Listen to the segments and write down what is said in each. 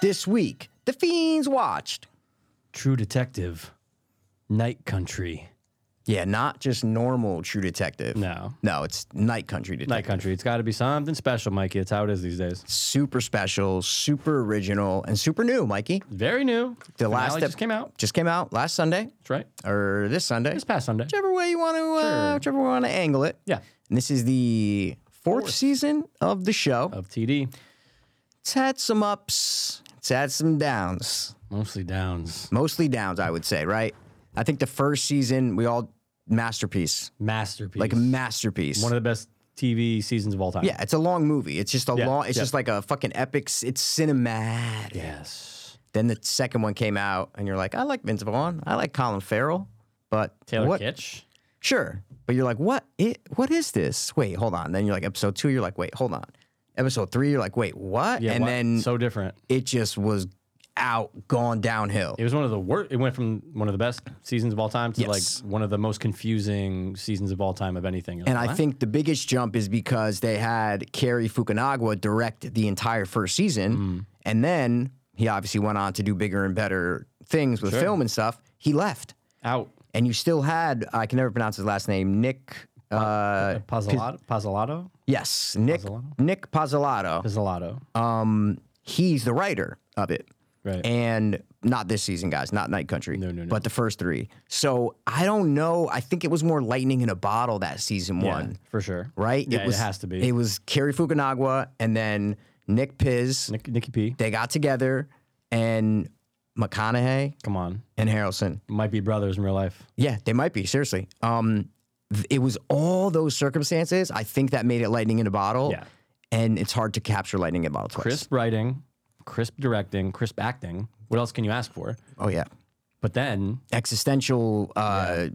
This week, the fiends watched. True Detective, Night Country. Yeah, not just normal True Detective. No. No, it's Night Country Detective. Night Country. It's got to be something special, Mikey. It's how it is these days. Super special, super original, and super new, Mikey. Very new. The Finale last just ep- came out. Just came out last Sunday That's right. or this Sunday. This past Sunday. whichever way you want to, uh, Sure. whichever way you want to angle it. Yeah. And this is the fourth, season of the show. Of TD. It's had some ups. It's had some downs. Mostly downs. Mostly downs, I would say. Right. I think the first season we all masterpiece, Masterpiece. like a masterpiece. One of the best TV seasons of all time. yeah, it's a long movie. It's just a Yeah, long. It's yeah. just like a fucking epic. s- It's cinematic. Yes. Then the second one came out, and you're like, I like Vince Vaughn. I like Colin Farrell, but Taylor what? Kitsch. Sure. But you're like, what it what is this? Wait, hold on. Then you're like episode two, you're like, wait, hold on. Episode three, you're like, wait, what? Yeah. and wow. then so different. it just was out, gone downhill. It was one of the worst. It went from one of the best seasons of all time to Yes. like one of the most confusing seasons of all time of anything. You're and like, I "What?" think the biggest jump is because they had Kerry Fukunaga direct the entire first season. Hmm. And then he obviously went on to do bigger and better things with film and stuff. He left. out. And you still had, I can never pronounce his last name, Nick. Uh, Pozzolato. Um, Pozzolato. yes, Nick Pizzolatto? Nick Pizzolatto. Pozzolato. he's the writer of it. Right. And not this season, guys, not Night Country. No, no, no. But the first three. So I don't know. I think it was more lightning in a bottle that season Yeah, one, for sure. right? Yeah, it, has to be. It was Kerry Fukunaga and then Nick Piz. Nick, Nikki P. They got together and McConaughey Come on. and Harrelson. Might be brothers in real life. Yeah, they might be, seriously. Um, th- it was all those circumstances. I think that made it lightning in a bottle. Yeah. And it's hard to capture lightning in a bottle twice. Crisp writing, crisp directing, crisp acting. What else can you ask for? Oh, yeah. But then existential uh,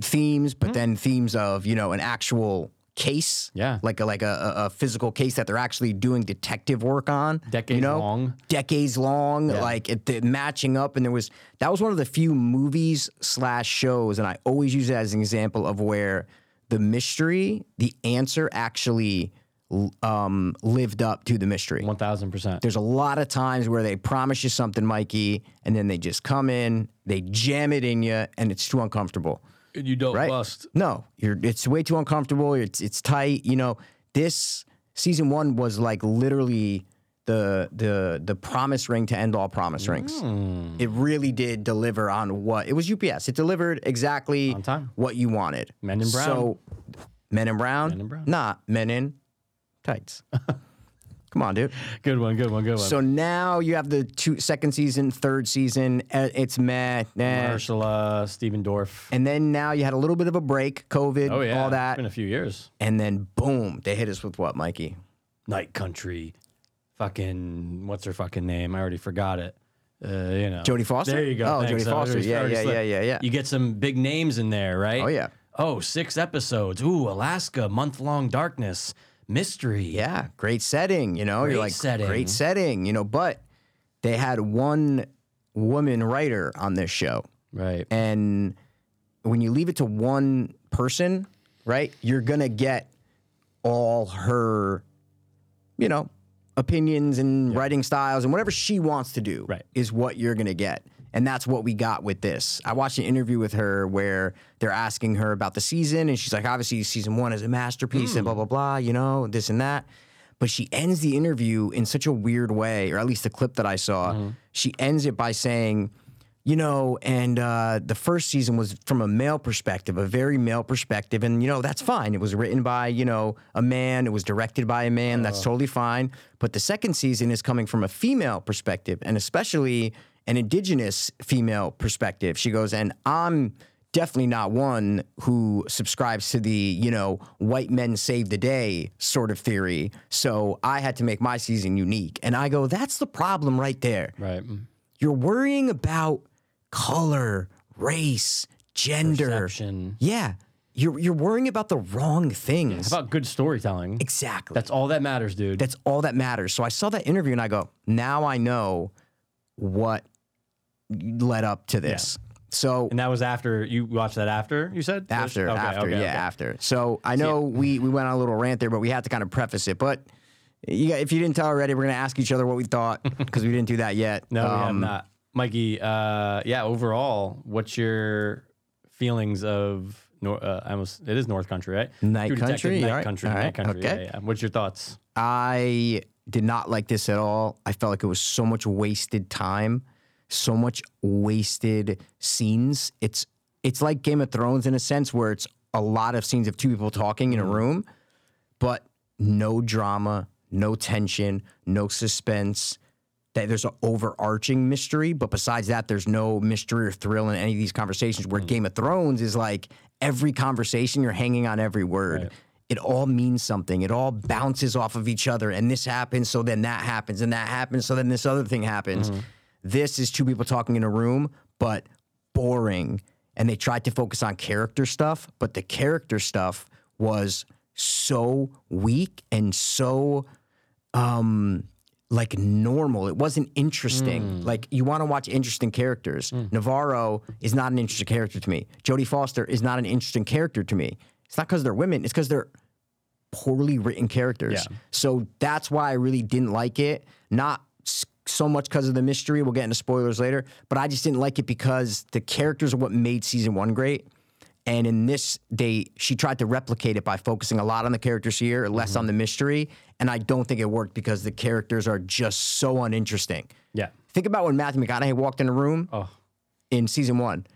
themes, but Hmm. then themes of you know an actual case, Yeah. like a, like a, a- a physical case that they're actually doing detective work on, Decades you know? long. decades long, like it, the matching up. And there was that was one of the few movies slash shows, and I always use it as an example of where the mystery, the answer actually l- um, lived up to the mystery one thousand percent. there's a lot of times where they promise you something, Mikey, and then they just come in, they jam it in you, and it's too uncomfortable. You don't Right? bust. No, you're it's way too uncomfortable. It's it's tight. You know, this season one was like literally the the the promise ring to end all promise rings. Mm. It really did deliver on what it was UPS. It delivered exactly On time. what you wanted. Men in brown. So men in brown, Men in brown. not men in tights. Come on, dude. Good one, good one, good one. So now you have the two second season, third season. eh, It's meh, nah. Ursula, Steven Dorff. And then now you had a little bit of a break, COVID, Oh yeah. all It's that, been a few years. and then boom, they hit us with what, Mikey? Night Country. Fucking what's her fucking name? I already forgot it. Uh, you know. Jodie Foster? There you go. Oh, Thanks. Jodie I Foster. already- Yeah, I already yeah, slipped. yeah, yeah, yeah. You get some big names in there, right? Oh, yeah. Oh, six episodes. Ooh, Alaska, month long darkness, mystery. Yeah, great setting. You know, Great you're like setting. great setting. You know, but they had one woman writer on this show, Right. and when you leave it to one person, right, you're gonna get all her, you know, opinions and writing styles and whatever she wants to do Right. is what you're gonna get. And that's what we got with this. I watched an interview with her where they're asking her about the season, and she's like, obviously, season one is a masterpiece and blah, Hmm. blah, blah, you know, this and that. But she ends the interview in such a weird way, or at least the clip that I saw. Mm-hmm. She ends it by saying, you know, and uh, the first season was from a male perspective, a very male perspective. And, you know, that's fine. It was written by, you know, a man, it was directed by a man. That's totally fine. But the second season is coming from a female perspective and especially an indigenous female perspective. She goes, and I'm definitely not one who subscribes to the, you know, white men save the day sort of theory. So I had to make my season unique. And I go, that's the problem right there Right. Mm. you're worrying about color, race, gender. Perception. Yeah. You're you're worrying about the wrong things. How about good storytelling? exactly. That's all that matters, dude. That's all that matters. So I saw that interview and I go, now I know what led up to this. So and that was after you watched that after you said after, Okay, after, okay, yeah, okay. after. So I know we we went on a little rant there, but we had to kind of preface it. But You, got- if you didn't tell already, we're gonna ask each other what we thought because we didn't do that yet. No, we have Um, not. Mikey, uh, yeah, overall, what's your feelings of Nor- uh, I almost it is North Country, right? Night True Detective, Country, Night all right, Country, all Night right, Country. okay. Yeah, yeah. What's your thoughts? I did not like this at all. I felt like it was so much wasted time, so much wasted scenes. It's it's like Game of Thrones in a sense where it's a lot of scenes of two people talking in a room, but no drama, no tension, no suspense. That there's an overarching mystery, but besides that, there's no mystery or thrill in any of these conversations. Where Game of Thrones is like every conversation, you're hanging on every word. It all means something. It all bounces off of each other, and this happens, so then that happens, and that happens, so then this other thing happens. This is two people talking in a room, but boring. And they tried to focus on character stuff, but the character stuff was so weak and so um like normal. It wasn't interesting. Like you want to watch interesting characters. Navarro is not an interesting character to me. Jodie Foster is not an interesting character to me. It's not because they're women. It's because they're poorly written characters. Yeah. So that's why I really didn't like it. Not s- so much because of the mystery. We'll get into spoilers later. But I just didn't like it because the characters are what made season one great. And in this, they she tried to replicate it by focusing a lot on the characters here, less on the mystery. And I don't think it worked because the characters are just so uninteresting. Yeah. Think about when Matthew McConaughey walked in a room Oh, in season one.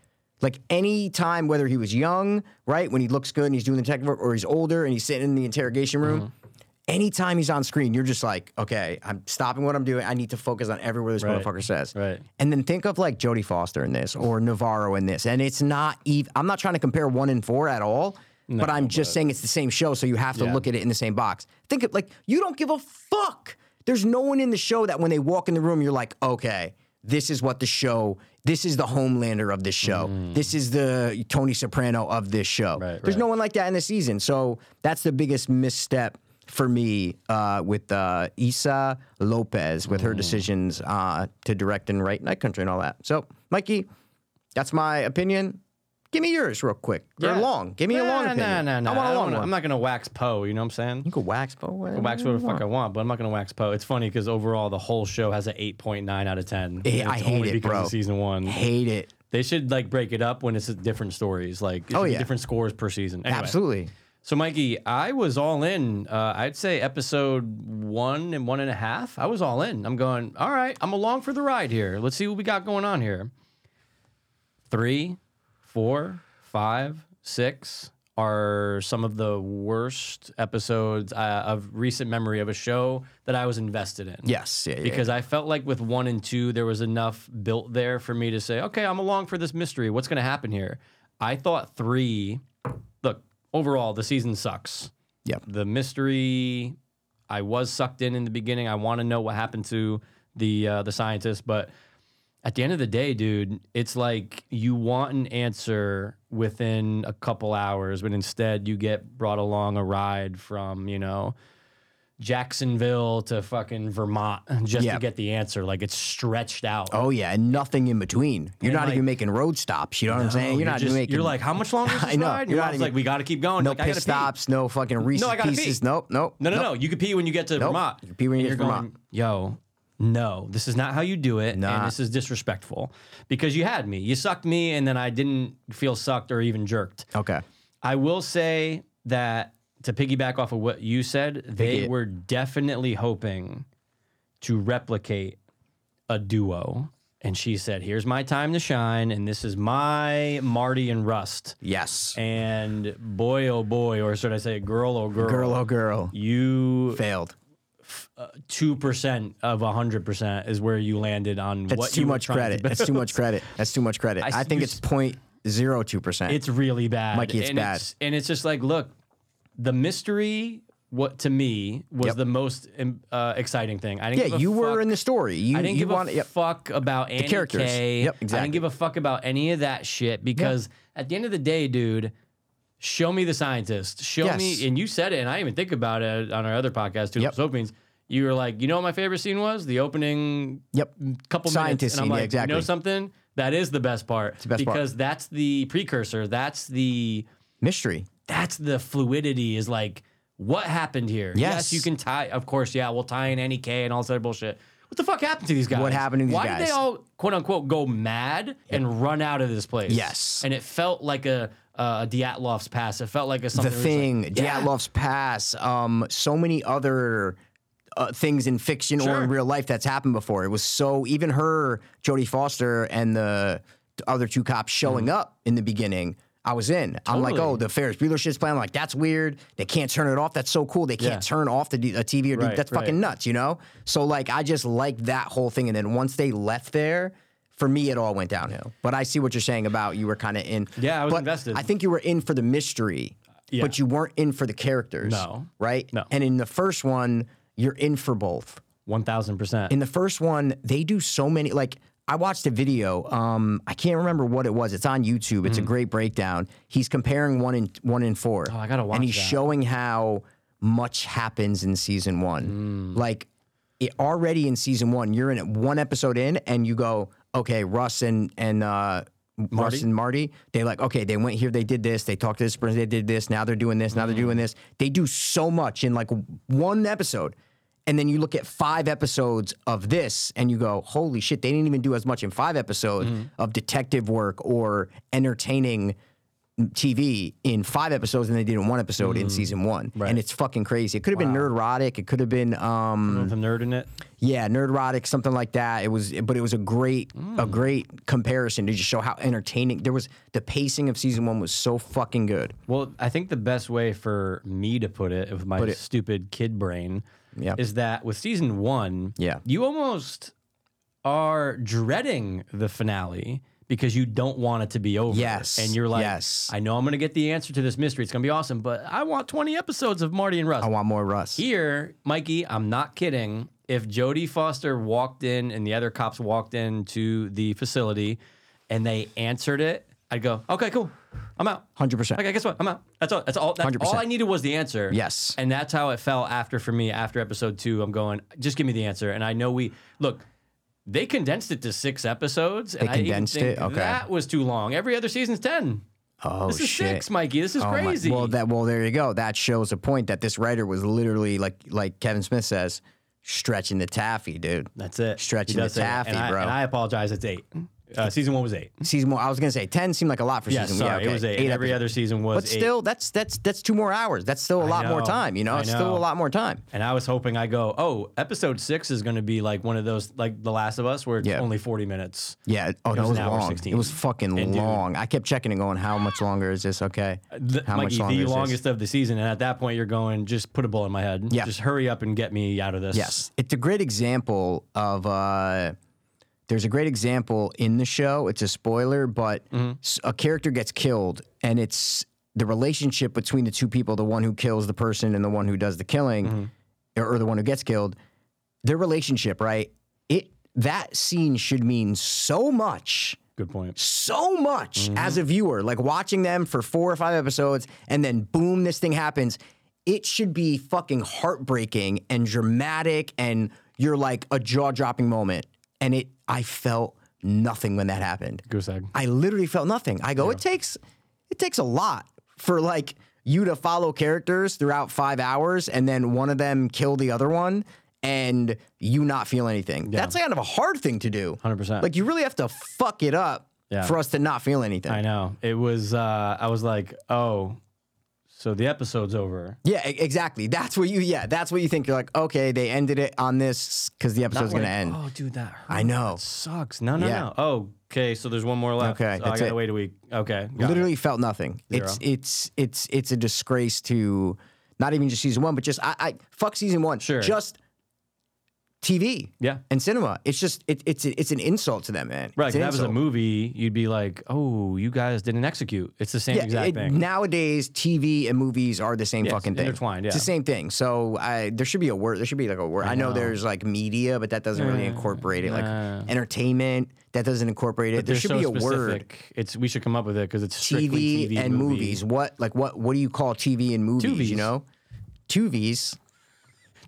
Like any time, whether he was young, right, when he looks good and he's doing the detective work, or he's older and he's sitting in the interrogation room, Mm-hmm. anytime he's on screen, you're just like, okay, I'm stopping what I'm doing. I need to focus on every word this Right. motherfucker says. Right. And then think of like Jodie Foster in this or Navarro in this. And it's not even, I'm not trying to compare one and four at all, but I'm just saying it's the same show. So you have to Yeah. look at it in the same box. Think of like, you don't give a fuck. There's no one in the show that when they walk in the room, you're like, okay, this is what the show, this is the Homelander of this show. This is the Tony Soprano of this show. Mm. Right, There's right. no one like that in the season. So that's the biggest misstep for me uh, with uh, Issa Lopez with her Mm. decisions uh, to direct and write Night Country and all that. So, Mikey, that's my opinion. Give me yours real quick. They're Yeah. long. Give me a long Nah, opinion. nah, nah, nah. I want a long wanna- one. I'm not gonna wax Poe. You know what I'm saying? you can wax, but I wax whatever the fuck I want, but I'm not gonna wax Poe. It's funny because overall the whole show has an 8.9 out of 10. Eh, and I it's hate only it, because bro. Of season one. Hate it. They should like break it up when it's different stories. Like it Oh, should be yeah. different scores per season. Anyway, Absolutely. So, Mikey, I was all in. Uh, I'd say episode one and one and a half. I was all in. I'm going, all right, I'm along for the ride here. Let's see what we got going on here. Three, four, five, six are some of the worst episodes uh, of recent memory of a show that I was invested in Yes. Yeah, yeah, yeah. because I felt like with one and two, there was enough built there for me to say, okay, I'm along for this mystery. What's going to happen here? I thought three, look, overall, the season sucks. Yep. The mystery, I was sucked in in the beginning. I want to know what happened to the uh, the scientist, but at the end of the day, dude, it's like you want an answer within a couple hours, but instead you get brought along a ride from, you know, Jacksonville to fucking Vermont just Yeah. to get the answer. Like it's stretched out. Oh yeah, and nothing in between. You're And, not like- even making road stops. You know what I'm saying? You're, not just, making. You're like, how much longer is this I know. ride? And You're Your not mom's even- like, we got to keep going. no like, I pit gotta stops, no fucking Reese's I gotta pee. pieces. Nope, nope. Pee. No, no, no. You could pee when you get to Nope. Vermont. You pee when you And get you're to Vermont. going, Yo, no, this is not how you do it, Nah. and this is disrespectful because you had me. You sucked me, and then I didn't feel sucked or even jerked. Okay. I will say that to piggyback off of what you said, they it. were definitely hoping to replicate a duo. And she said, Here's my time to shine, and this is my Marty and Rust. Yes. And boy, oh boy, or should I say, girl, oh girl, girl, oh girl, you failed. two percent of hundred percent is where you landed on That's what too you were much trying to credit. do. That's too much credit. That's too much credit. I, s- think you it's s- point zero two percent. It's really bad. Mikey, it's and bad. It's, and it's just like, look, the mystery, what to me was Yep. the most um, uh, exciting thing. I didn't. yeah, give a you were fuck- in the story. You, I didn't you give want, a yep. fuck about Annie characters. Kay. Yep, I exactly. didn't give a fuck about any of that shit because at the end of the day, dude. Show me the scientist. Show Yes. me, and you said it, and I didn't even think about it on our other podcast, Tulips Yep. Openings. You were like, you know what my favorite scene was? The opening Yep. couple Scientist minutes, and I'm scene, yeah, like, exactly. you know something? That is the best part the best part. because that's the precursor. That's the Mystery. that's the fluidity. Is like What happened here? Yes. you can tie. Of course, yeah, we'll tie in NEK and all this other bullshit. What the fuck happened to these guys? What happened to these Why did guys? they all quote unquote go mad and run out of this place? Yes. and it felt like a uh, Diatlov's pass. It felt like a The something. where Thing, it's like- Yeah. Diatlov's Pass, um, so many other uh, things in fiction or Sure. in real life that's happened before. It was so even her, Jodie Foster, and the other two cops showing up in the beginning. I was in. I'm like, Mm-hmm. Totally. oh, the Ferris Bueller shit's playing. I'm like, that's weird. They can't turn it off. That's so cool. They can't Yeah. turn off the D- a TV or do- Right, that's fucking right. nuts, you know. So like, I just liked that whole thing. And then once they left there, for me, it all went downhill. But I see what you're saying about you were kind of in. Yeah, I was But invested. I think you were in for the mystery, Yeah. but you weren't in for the characters. No. Right? No. And in the first one, you're in for both. One thousand percent. In the first one, they do so many like I watched a video. Um, I can't remember what it was. It's on YouTube. It's a Mm-hmm. great breakdown. He's comparing one and one and four. Oh, I gotta watch And he's that. showing how much happens in season Hmm. one. Like it already in season one, you're in it one episode in, and you go, okay, Russ and and uh, Russ and Marty. They like, okay, they went here, they did this, they talked to this person, they did this. Now they're doing this. Now they're Hmm. doing this. They do so much in like one episode. And then you look at five episodes of this and you go, holy shit, they didn't even do as much in five episodes Hmm. of detective work or entertaining TV in five episodes than they did in one episode Mm, in season one. And it's fucking crazy. It could have been Nerdrotic. It could have been, um, with a nerd in it. yeah, Nerdrotic, something like that. It was, but it was a great, a Mm. great comparison to just show how entertaining there was. The pacing of season one was so fucking good. Well, I think the best way for me to put it with my stupid kid brain Yeah. is that with season one, Yeah. you almost are dreading the finale because you don't want it to be over. Yes. And you're like, Yes. I know I'm going to get the answer to this mystery. It's going to be awesome, but I want 20 episodes of Marty and Russ. I want more Russ. Here, Mikey, I'm not kidding. If Jodie Foster walked in and the other cops walked into the facility and they answered it, I'd go, okay, cool. I'm out. 100%. Okay, guess what? I'm out. That's all. That's all. That's 100%. all I needed was the answer. Yes. And that's how it fell after for me after episode two. I'm going, just give me the answer. And I know we look. They condensed it to six episodes. And They I even condensed think it? Okay. That was too long. Every other season's ten. Oh, this is shit. six, Mikey. This is Oh my- crazy. well, that well, there you go. That shows a point that this writer was literally like like Kevin Smith says, stretching the taffy, dude. That's it. Stretching He the does say that. taffy, And I- bro. and I apologize. It's eight. Uh, season one was eight. season one. I was gonna say ten seemed like a lot for Yeah, season one. sorry, okay. it was eight. and every episodes. other season was but eight. still, that's that's that's two more hours. That's still a lot more know. time. You know, I it's still know. a lot more time. And I was hoping I go, oh, episode six is going to be like one of those, like The Last of Us, where it's Yeah. only 40 minutes. Yeah. Oh, that was was, an hour long. 16. It was fucking And dude- long. I kept checking and going, how much longer is this? Okay. The, how Mikey, longer the is this? longest of the season. And at that point, you're going, just put a bullet in my head. Yeah. Just hurry up and get me out of this. Yes, it's a great example of. Uh, there's a great example in the show. It's a spoiler, but s a character gets killed, and it's the relationship between the two people, the one who kills the person and the one who does the killing, or, or the one who gets killed. Their relationship, right? It that scene should mean so much Good point. so much as a viewer, like watching them for four or five episodes, and then boom, this thing happens. It should be fucking heartbreaking and dramatic, and you're like a jaw dropping moment. And it, I felt nothing when that happened. Goose egg. I literally felt nothing. I go, it takes, it takes a lot for like you to follow characters throughout five hours, and then one of them kill the other one, and you not feel anything. That's kind of a hard thing to do. 100%. Like you really have to fuck it up Yeah. for us to not feel anything. I know. It was, uh, I was like, oh, so the episode's over. Yeah, e- exactly. That's what you. Yeah, that's what you think. You're like, okay, they ended it on this because the episode's Like, gonna end. Oh, dude, that hurt. I know. That sucks. No, no, Yeah. no. Oh, okay. So there's one more left. Okay, So I that's gotta it. wait a week. Okay. got it. Literally felt nothing. It's it's it's it's a disgrace to not even just season one, but just I, I fuck season one. Sure. Just TV. Yeah. And cinema. It's just it, it's it's an insult to them, man. Right. It's an If that was a insult. movie, you'd be like, oh, you guys didn't execute. It's the same exact it- thing. Nowadays, TV and movies are the same fucking thing. intertwined, It's yeah. the same thing. So I there should be a word. There should be like a word. I, know. there's like media, but that doesn't really incorporate it. Like entertainment, that doesn't incorporate it. there They're should so be a word. specific. It's we should come up with it because it's strictly TV, TV, and movie. movies. What like what what do you call TV and movies? Tuvies. You know, tuvies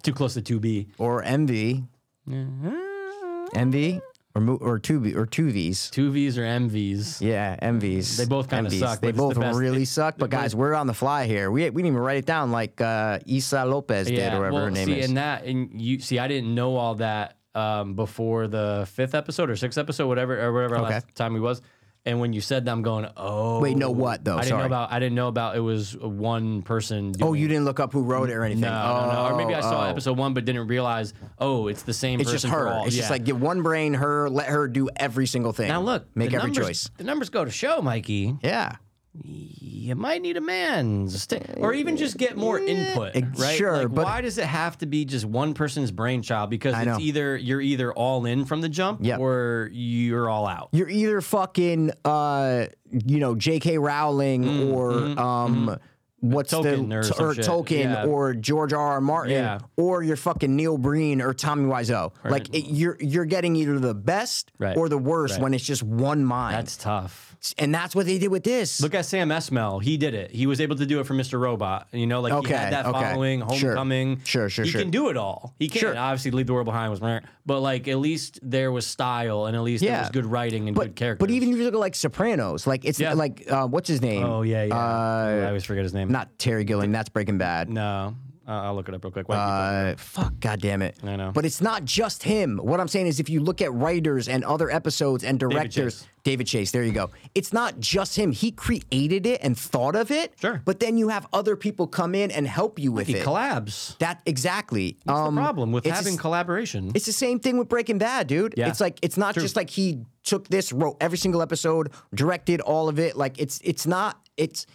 Too close to two B. or MV. MV. or mo- or two or two V's. Two V's or MVs. Yeah, MVs. They both kinda MVs. suck, but They it's both the best- really it- suck. But guys, we're on the fly here. We, we didn't even write it down like uh, Isa Lopez did or whatever well, her name see, is. and that, and you see, I didn't know all that um, before the fifth episode or sixth episode, whatever, or whatever Okay. last time we was. And when you said that, I'm going, oh, Wait, no, what, though? I didn't Sorry. know about. I didn't know about. It was one person. Doing oh, you didn't look up who wrote it or anything. No, no, no. Or maybe I saw Oh, oh. episode one, but didn't realize. Oh, it's the same. It's just person for her. all. It's Yeah. just like get one brain, her, let her do every single thing. now look, make the every numbers- choice. The numbers go to show, Mikey. Yeah. You might need a man's, t- or even just get more input, Eh, right? sure, Like, but- why does it have to be just one person's brainchild? Because I it's know. either you're either all in from the jump, Yep. or you're all out. You're either fucking, uh, you know, J.K. Rowling or um, what's Tolkien the or some or shit. Tolkien Yeah. or George R. R. Martin Yeah. or you're fucking Neil Breen or Tommy Wiseau. Like it, you're you're getting either the best Right. or the worst Right. when it's just one mind, That's tough. and that's what they did with this. Look at Sam Esmail. He did it. He was able to do it for Mr. Robot. You know, like Okay, he had that okay. following, Sure. homecoming. Sure, sure, he sure. can do it all. He can. Sure. Obviously, Leave the World Behind was, meh, but like at least there was style and at least there Yeah. was good writing and good characters. But even if you look at like Sopranos, like it's Yeah. like uh, what's his name? oh yeah, yeah. Uh, I always forget his name. not Terry Gilliam. That's Breaking Bad. no, uh, I'll look it up real quick. White Uh, fuck, goddamn it. I know. But it's not just him. What I'm saying is, if you look at writers and other episodes and directors, Chase. David Chase, there you go. It's not just him. He created it and thought of it. Sure. But then you have other people come in and help you with people. it. He collabs. that exactly. That's um, the problem with it's having just- collaboration. it's the same thing with Breaking Bad, dude. Yeah. It's like it's not just like he took this, wrote every single episode, directed all of it. Like it's it's not it's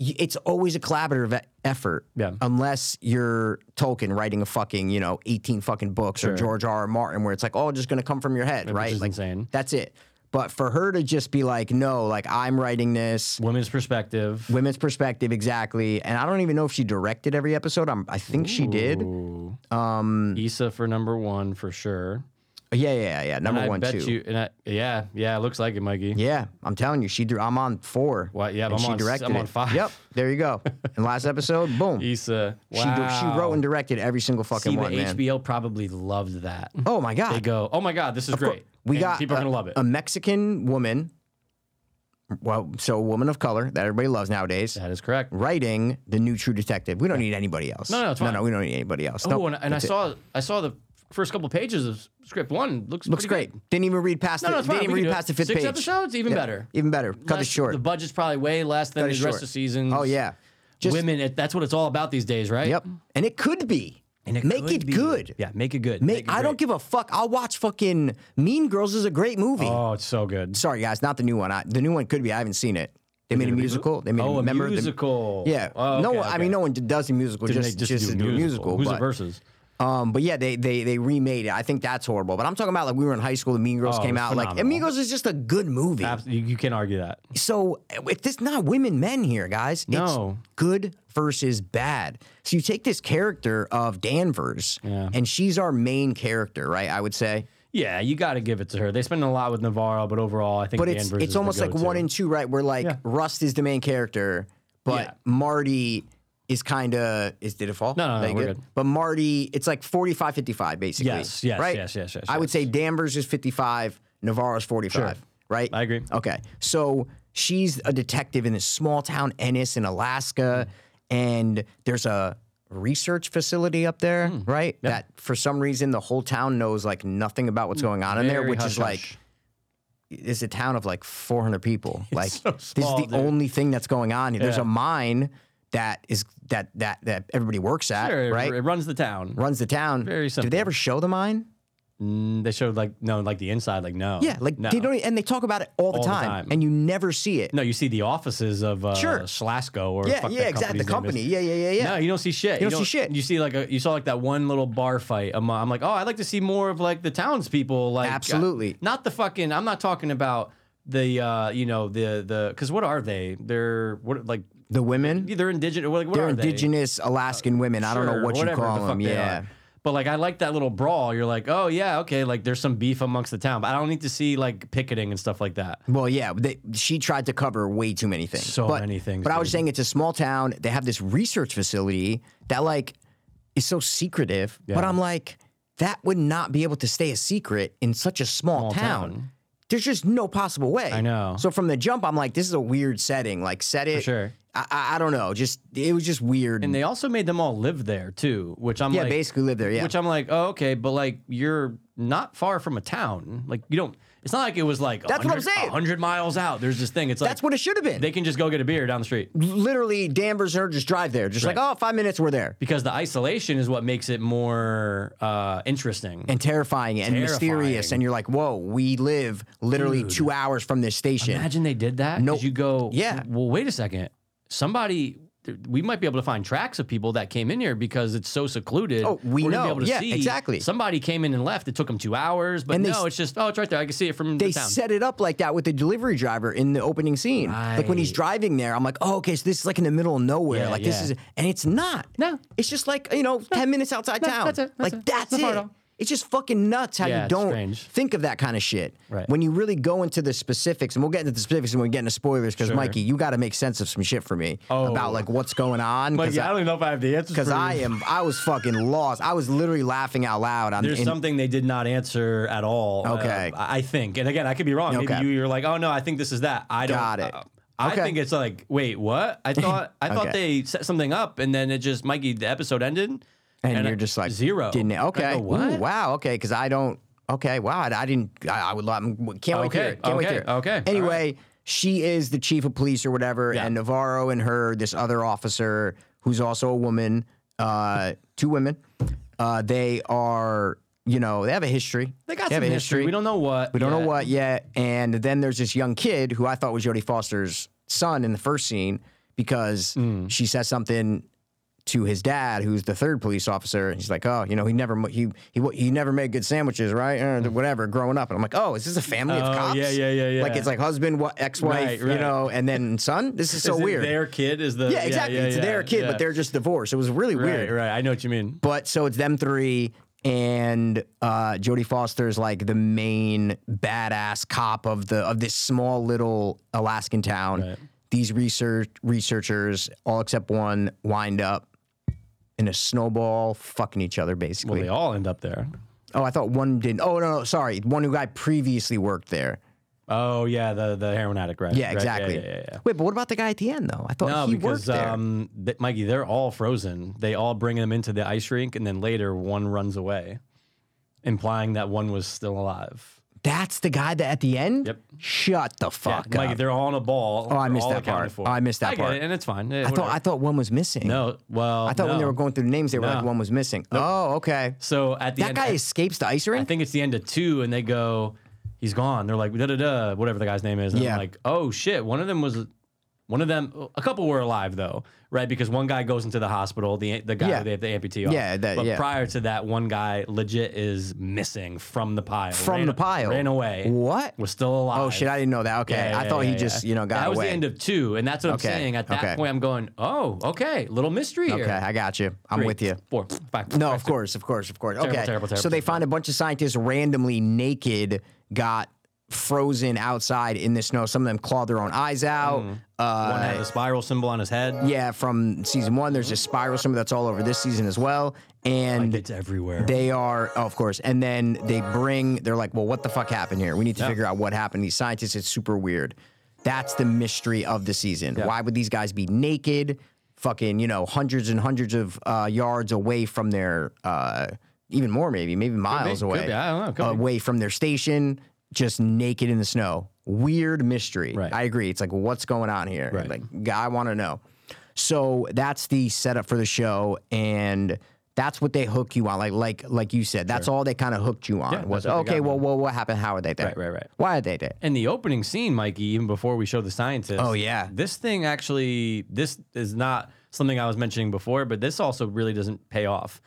y- it's always a collaborative e- effort. Yeah. Unless you're Tolkien writing a fucking you know eighteen fucking books or George R. R. Martin, where it's like all just gonna come from your head, right? is Like insane. that's it. But for her to just be like, no, like I'm writing this. Women's perspective. Women's perspective, exactly, and I don't even know if she directed every episode. I'm, I think she did. Ooh. Um, Issa for number one for sure. Yeah, yeah, yeah. Number I one, bet too. you. And I, yeah, yeah. It looks like it, Mikey. Yeah, I'm telling you, she. dir- I'm on four. Why- yeah, and I'm she on s- directed I'm on it. five. Yep, there you go. And last episode, boom, she, Issa. Wow. dir- she wrote and directed every single fucking See, one, the man. HBO probably loved that. Oh my god, They go, oh my god, this is great. we And got people a, are gonna love it. A Mexican woman, well, so a woman of color that everybody loves nowadays, that is correct. writing the new True Detective. We don't need anybody else. No, no, it's fine. no, no, we don't need anybody else. oh, Nope, and, and I that's it. saw I saw the first couple pages of script one. Looks Looks pretty great. Didn't even read past. Good. No, the, no, it's they fine. didn't we can read do past it. the fifth Six page. episodes, even Yeah, better. Even better. Cut Less- it short. The budget's probably way less than Cut it the short. rest of seasons. Oh yeah. Just women. It, that's what it's all about these days, right? Yep. And it could be. And it make could it be- good. Yeah, make it good. Make, I don't give a fuck. I'll watch fucking Mean Girls is a great movie. Oh, it's so good. Sorry guys, not the new one. I, the new one could be. I haven't seen it. They made a musical. They made Oh, a remember the- musical. yeah. Oh, no, okay, one I okay. mean no one does a musical. Didn't Just they just to do a musical. Who's but, the verses? Um, but yeah, they they they remade it. I think that's horrible. But I'm talking about like we were in high school. The Mean Girls Oh, came out. Like and phenomenal. Mean Girls is just a good movie. Abs- You, you can't argue that. So if it's not women, men here, guys. No. It's good versus bad. So you take this character of Danvers, Yeah. and she's our main character, right? I would say. Yeah, you got to give it to her. They spend a lot with Navarro, but overall, I think But Danvers it's is it's the almost like go-to. one and two, right? Where like Rust is the main character, but Yeah. Marty is kind of is did it fall? no, no, That we're good. But Marty, it's like 45 55 basically. Yes, yes, right? yes, yes, yes, I would say Danvers is 55, Navarro's 45, Sure. right? I agree. Okay. So she's a detective in this small town Ennis in Alaska and there's a research facility up there, Hmm. right? That for some reason the whole town knows like nothing about what's going on in there, Hmm. Very which is like hush-hush. it's a town of like 400 people. like this is small, the dude. only thing that's going on. here. There's Yeah. a mine that is that that that everybody works at, Sure, it- uh, right? It runs the town. Runs the town. Very Did simple. they ever show the mine? Mm, they showed like no, like the inside, like no. Yeah, like no. they don't, e, and they talk about it all the, All the time, time. and you never see it. No, you see the offices of uh, Sure. Slasco or yeah, fuck yeah, that exactly. The company's name company. is. Yeah, yeah, yeah, yeah. No, you don't see shit. You don't see shit. You see like a, you saw like that one little bar fight. I'm, I'm like, oh, I'd like to see more of like the townspeople. Like Absolutely. uh, not the fucking. I'm not talking about the uh, you know the the because what are they? They're what like the women, they're indigenous. Like, what they're are they? indigenous Alaskan women. I don't know Sure, what you whatever call the them. fuck they Yeah. are. But like I like that little brawl. You're like, oh yeah, okay. Like there's some beef amongst the town, but I don't need to see like picketing and stuff like that. Well, yeah, they, she tried to cover way too many things. So but, many things, But I was dude. saying it's a small town. They have this research facility that like is so secretive. But I'm like, that would not be able to stay a secret in such a small, Small town. town. There's just no possible way. I know. So from the jump, I'm like, this is a weird setting. Like, set it. sure. I, I, I don't know. Just it was just weird. And they also made them all live there too, which I'm yeah, like, basically live there. Yeah. which I'm like, oh, okay, but like you're not far from a town. Like you don't. It's not like it was like That's what I'm saying. Hundred miles out, there's this thing. It's like That's what it should have been. they can just go get a beer down the street Literally, Danvers and her just drive there. Just Right. like, oh, five minutes, we're there. because the isolation is what makes it more uh, interesting. And terrifying and mysterious. Terrifying. And you're like, whoa, we live literally two hours from this station. Imagine they did that. 'cause Nope. you go, Yeah. Well, wait a second. Somebody, we might be able to find tracks of people that came in here because it's so secluded. Oh, we We're gonna know. Be able to Yeah, see. exactly. Somebody came in and left. It took them two hours, but And they no, s- it's just oh, it's right there. I can see it from they the town. set it up like that with the delivery driver in the opening scene. Like when he's Right. driving there, I'm like, oh, okay, so this is like in the middle of nowhere. Yeah, like yeah. this is, and it's not. No. it's just like you know, ten minutes outside No, town. that's it, like that's it. that's Not far at it. all. It's just fucking nuts how Yeah, you it's don't strange. think of that kind of shit. Right. When you really go into the specifics, and we'll get into the specifics and we get into spoilers because Sure. Mikey, you got to make sense of some shit for me Oh. about like what's going on. Like, Because yeah, I don't even know if I have the answers. for I you. am, I was fucking lost. I was literally laughing out loud. On, There's in- something they did not answer at all. uh, Okay. I I think, and again, I could be wrong. Okay. Maybe you, you're like, oh no, I think this is that. I don't. Got it. uh, I Okay. think it's like, wait, what? I thought I thought Okay. they set something up, and then it just Mikey. The episode ended, and, and, I- you're just like zero. Didn't it? I okay? go, Ooh, what? wow. Okay, because I don't. Okay, wow. I, I didn't. I, I would love. Can't wait to hear. Okay, it, Can't wait to okay, hear. it. okay, all right. Anyway, she is the chief of police or whatever, Yeah. and Navarro and her, this other officer who's also a woman, uh, two women. Uh, they are. You know, they have a history. They got have some a history. We don't know what. We don't know yet. what yet. And then there's this young kid who I thought was Jodie Foster's son in the first scene because Hmm. she says something to his dad, who's the third police officer, and he's like, "Oh, you know, he never mo- he he wa- he never made good sandwiches, right? Or whatever." Growing up, and I'm like, "Oh, is this a family Hmm. Oh, of cops? yeah, yeah, yeah, yeah. Like it's like husband, wa- ex-wife, Right, you right. know, and then son. This is so Is it weird. Their kid is the yeah, exactly. yeah, it's yeah, their kid, yeah. but they're just divorced. It was really right, weird. right. I know what you mean. But so it's them three, and uh, Jodie Foster is like the main badass cop of the of this small little Alaskan town. Right. These research researchers, all except one, wind up in a snowball, fucking each other Well, basically. they all end up there. oh, I thought one didn't. Oh no, no, sorry, one who I previously worked there. Oh yeah, the the heroin addict, right? Yeah, right, exactly. yeah, yeah, yeah. Wait, but what about the guy at the end though? I thought No, he worked because there. um, th- Mikey, they're all frozen. They all bring them into the ice rink, and then later one runs away, implying that one was still alive. That's the guy that at the end. Yep. Shut the Yeah, fuck Mikey, up. they're all in a ball. Oh, I missed that part. Oh, I missed that I get part. it, and it's fine. I thought I thought one was missing. no, well, I thought when they no. were going through the names, they were like No. one was missing. Oh, okay. So at the That end, guy escapes the ice I rink. think it's the end of two, and they go, "He's gone." They're like, "Da da da," whatever the guy's name is. And Yeah. I'm like, "Oh shit!" One of them was, one of them, a couple were alive though, right? Because one guy goes into the hospital, the the guy Yeah. they have the amputee. Off. Yeah, that- but yeah. prior to that, one guy legit is missing from the pile. From ran- the pile? ran away. What? Was still alive. Oh shit! I didn't know that. Okay, Yeah, I yeah, thought he yeah, just yeah. you know got That was away. the end of two, and that's what Okay, I'm saying. At that okay. point, I'm going, "Oh, okay, little mystery here." okay, I got you. I'm Three, with you. Four, five. No, of course, of course, of course. okay, terrible, so terrible, they terrible. find a bunch of scientists randomly naked, got frozen outside in the snow. Some of them clawed their own eyes out. Mm. Uh, One had the spiral symbol on his head. yeah, from season one, there's a spiral. Some of that's all over this season as well. And It's everywhere. They are, oh, of course. And then they bring, they're like, well, what the fuck happened here? We need to figure out what happened. These scientists, it's super weird. That's the mystery of the season. Why would these guys be naked, fucking, you know, hundreds and hundreds of uh, yards away from their, uh, even more maybe, maybe miles could away, be, I don't know, could be. away from their station, just naked in the snow. Weird mystery. Right. I agree. It's like, what's going on here? Right. Like, I want to know. So that's the setup for the show, and that's what they hook you on. Like, like, like you said, that's all they kind of hooked you on. Yeah, was that's what they okay. got, Well, man. well, what happened? How are they there? Right, right, right. Why are they there? in the opening scene, Mikey, even before we show the scientist. Oh, yeah. This thing actually this is not something I was mentioning before, but this also really doesn't pay off.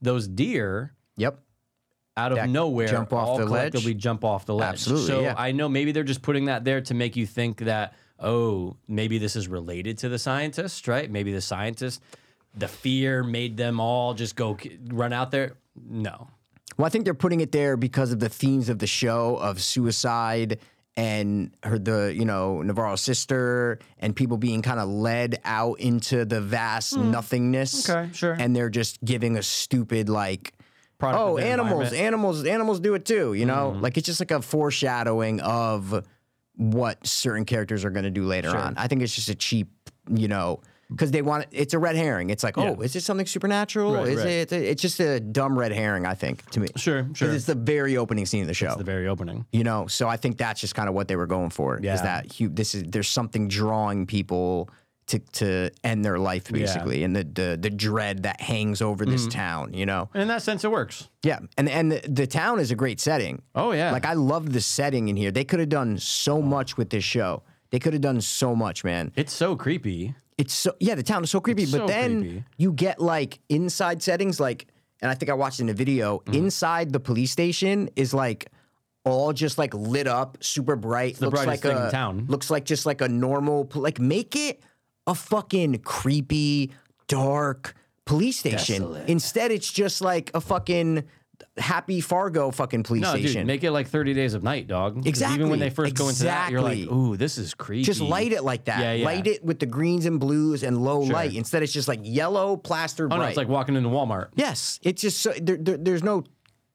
Those deer Yep. out of nowhere jump off all the ledge? collectively jump off the ledge. Absolutely, So yeah. I know maybe they're just putting that there to make you think that, oh, maybe this is related to the scientist, right? Maybe the scientist the fear made them all just go k- run out there. No. Well, I think they're putting it there because of the themes of the show of suicide and her the you know Navarro's sister and people being kind of led out into the vast nothingness. Hmm. Okay, sure. And they're just giving a stupid like product. of oh, their animals, environment. animals, animals do it too. You know, Mm-hmm. like it's just like a foreshadowing of what certain characters are going to do later on. I think it's just a cheap, you know, because they want it's a red herring. It's like, oh, is it something supernatural? Right, is right. it? It's just a dumb red herring. I think to me, Sure, 'Cause sure. It's the very opening scene of the show. the very opening. you know, so I think that's just kind of what they were going for. Yeah. Is that hu- this is there's something drawing people to to end their life basically, and the, the the dread that hangs over this Mm-hmm. town. You know, And in that sense, it works. yeah, and and the, the town is a great setting. Oh yeah, Like I love the setting in here. They could have done so much with this show. They could have done so much, man. it's so creepy. It's so yeah, the town is so creepy. but so then creepy. you get like inside settings, like and I think I watched in a video Mm-hmm. inside the police station is like all just like lit up, super bright. the brightest like thing a in town. Looks like just like a normal pl- like make it a fucking creepy dark police station. Desolate. Instead, it's just like a fucking happy Fargo fucking police No, station. dude, make it like 30 days of night, dog. 'Cause Even Exactly, when they first go into that, you're like, exactly. ooh, this is creepy. Just light it like that. Yeah, yeah. Light it with the greens and blues and low light. Instead, it's just like yellow plaster Oh, bright. no, it's like walking into Walmart. yes, it's just so there, there, there's no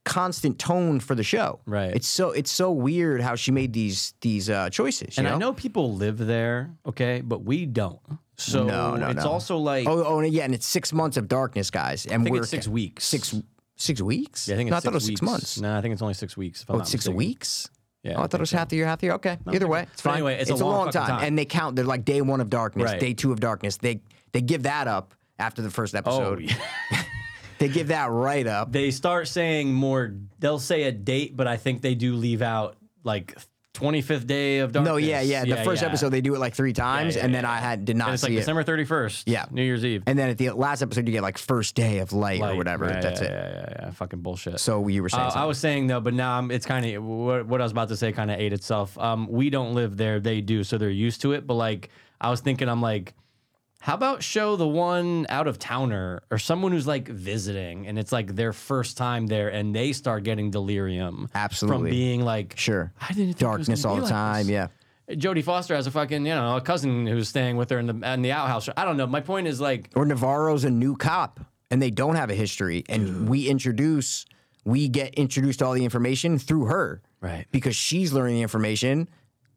constant tone for the show. Right. It's so it's so weird how she made these these uh, choices. You And know? I know people live there, okay, but we don't. So No, no, it's no. also like, Oh, oh, and yeah, and it's six months of darkness, guys. And I think we're it's six weeks. six six weeks. Yeah, I think it's no, I six thought it was weeks. six months. No, I think it's only six weeks. If I'm Oh, not it's six mistaken. weeks. Yeah. Oh, I thought it was half the year, half the year. Okay. Either way, it's But fine. anyway, it's a long fucking time. and they count. They're like day one of darkness, Right. day two of darkness. They they give that up after the first Oh, episode. yeah. They give that right up. they start saying more. They'll say a date, but I think they do leave out like 25th day of darkness. No, yeah, yeah. The first yeah. episode they do it like three times, yeah, and then yeah. I had did not And it's see like it. December 31st. Yeah. New Year's Eve. And then at the last episode you get like first day of light, or Like, whatever. yeah, That's yeah, it. Yeah, yeah, yeah. Fucking bullshit. So you were saying Uh, I something. was saying though, but now I'm, it's kind of what, what I was about to say kind of ate itself. Um, we don't live there; they do, so they're used to it. But like, I was thinking, I'm like, how about show the one out of towner or someone who's like visiting, and it's like their first time there, and they start getting delirium Absolutely. from being like, sure. I didn't think it was Darkness gonna all the be like time. this. Yeah. Jodie Foster has a fucking you know a cousin who's staying with her in the in the outhouse. I don't know. My point is like, Or Navarro's a new cop, and they don't have a history, and we introduce, we get introduced to all the information through her, Right. Because she's learning the information.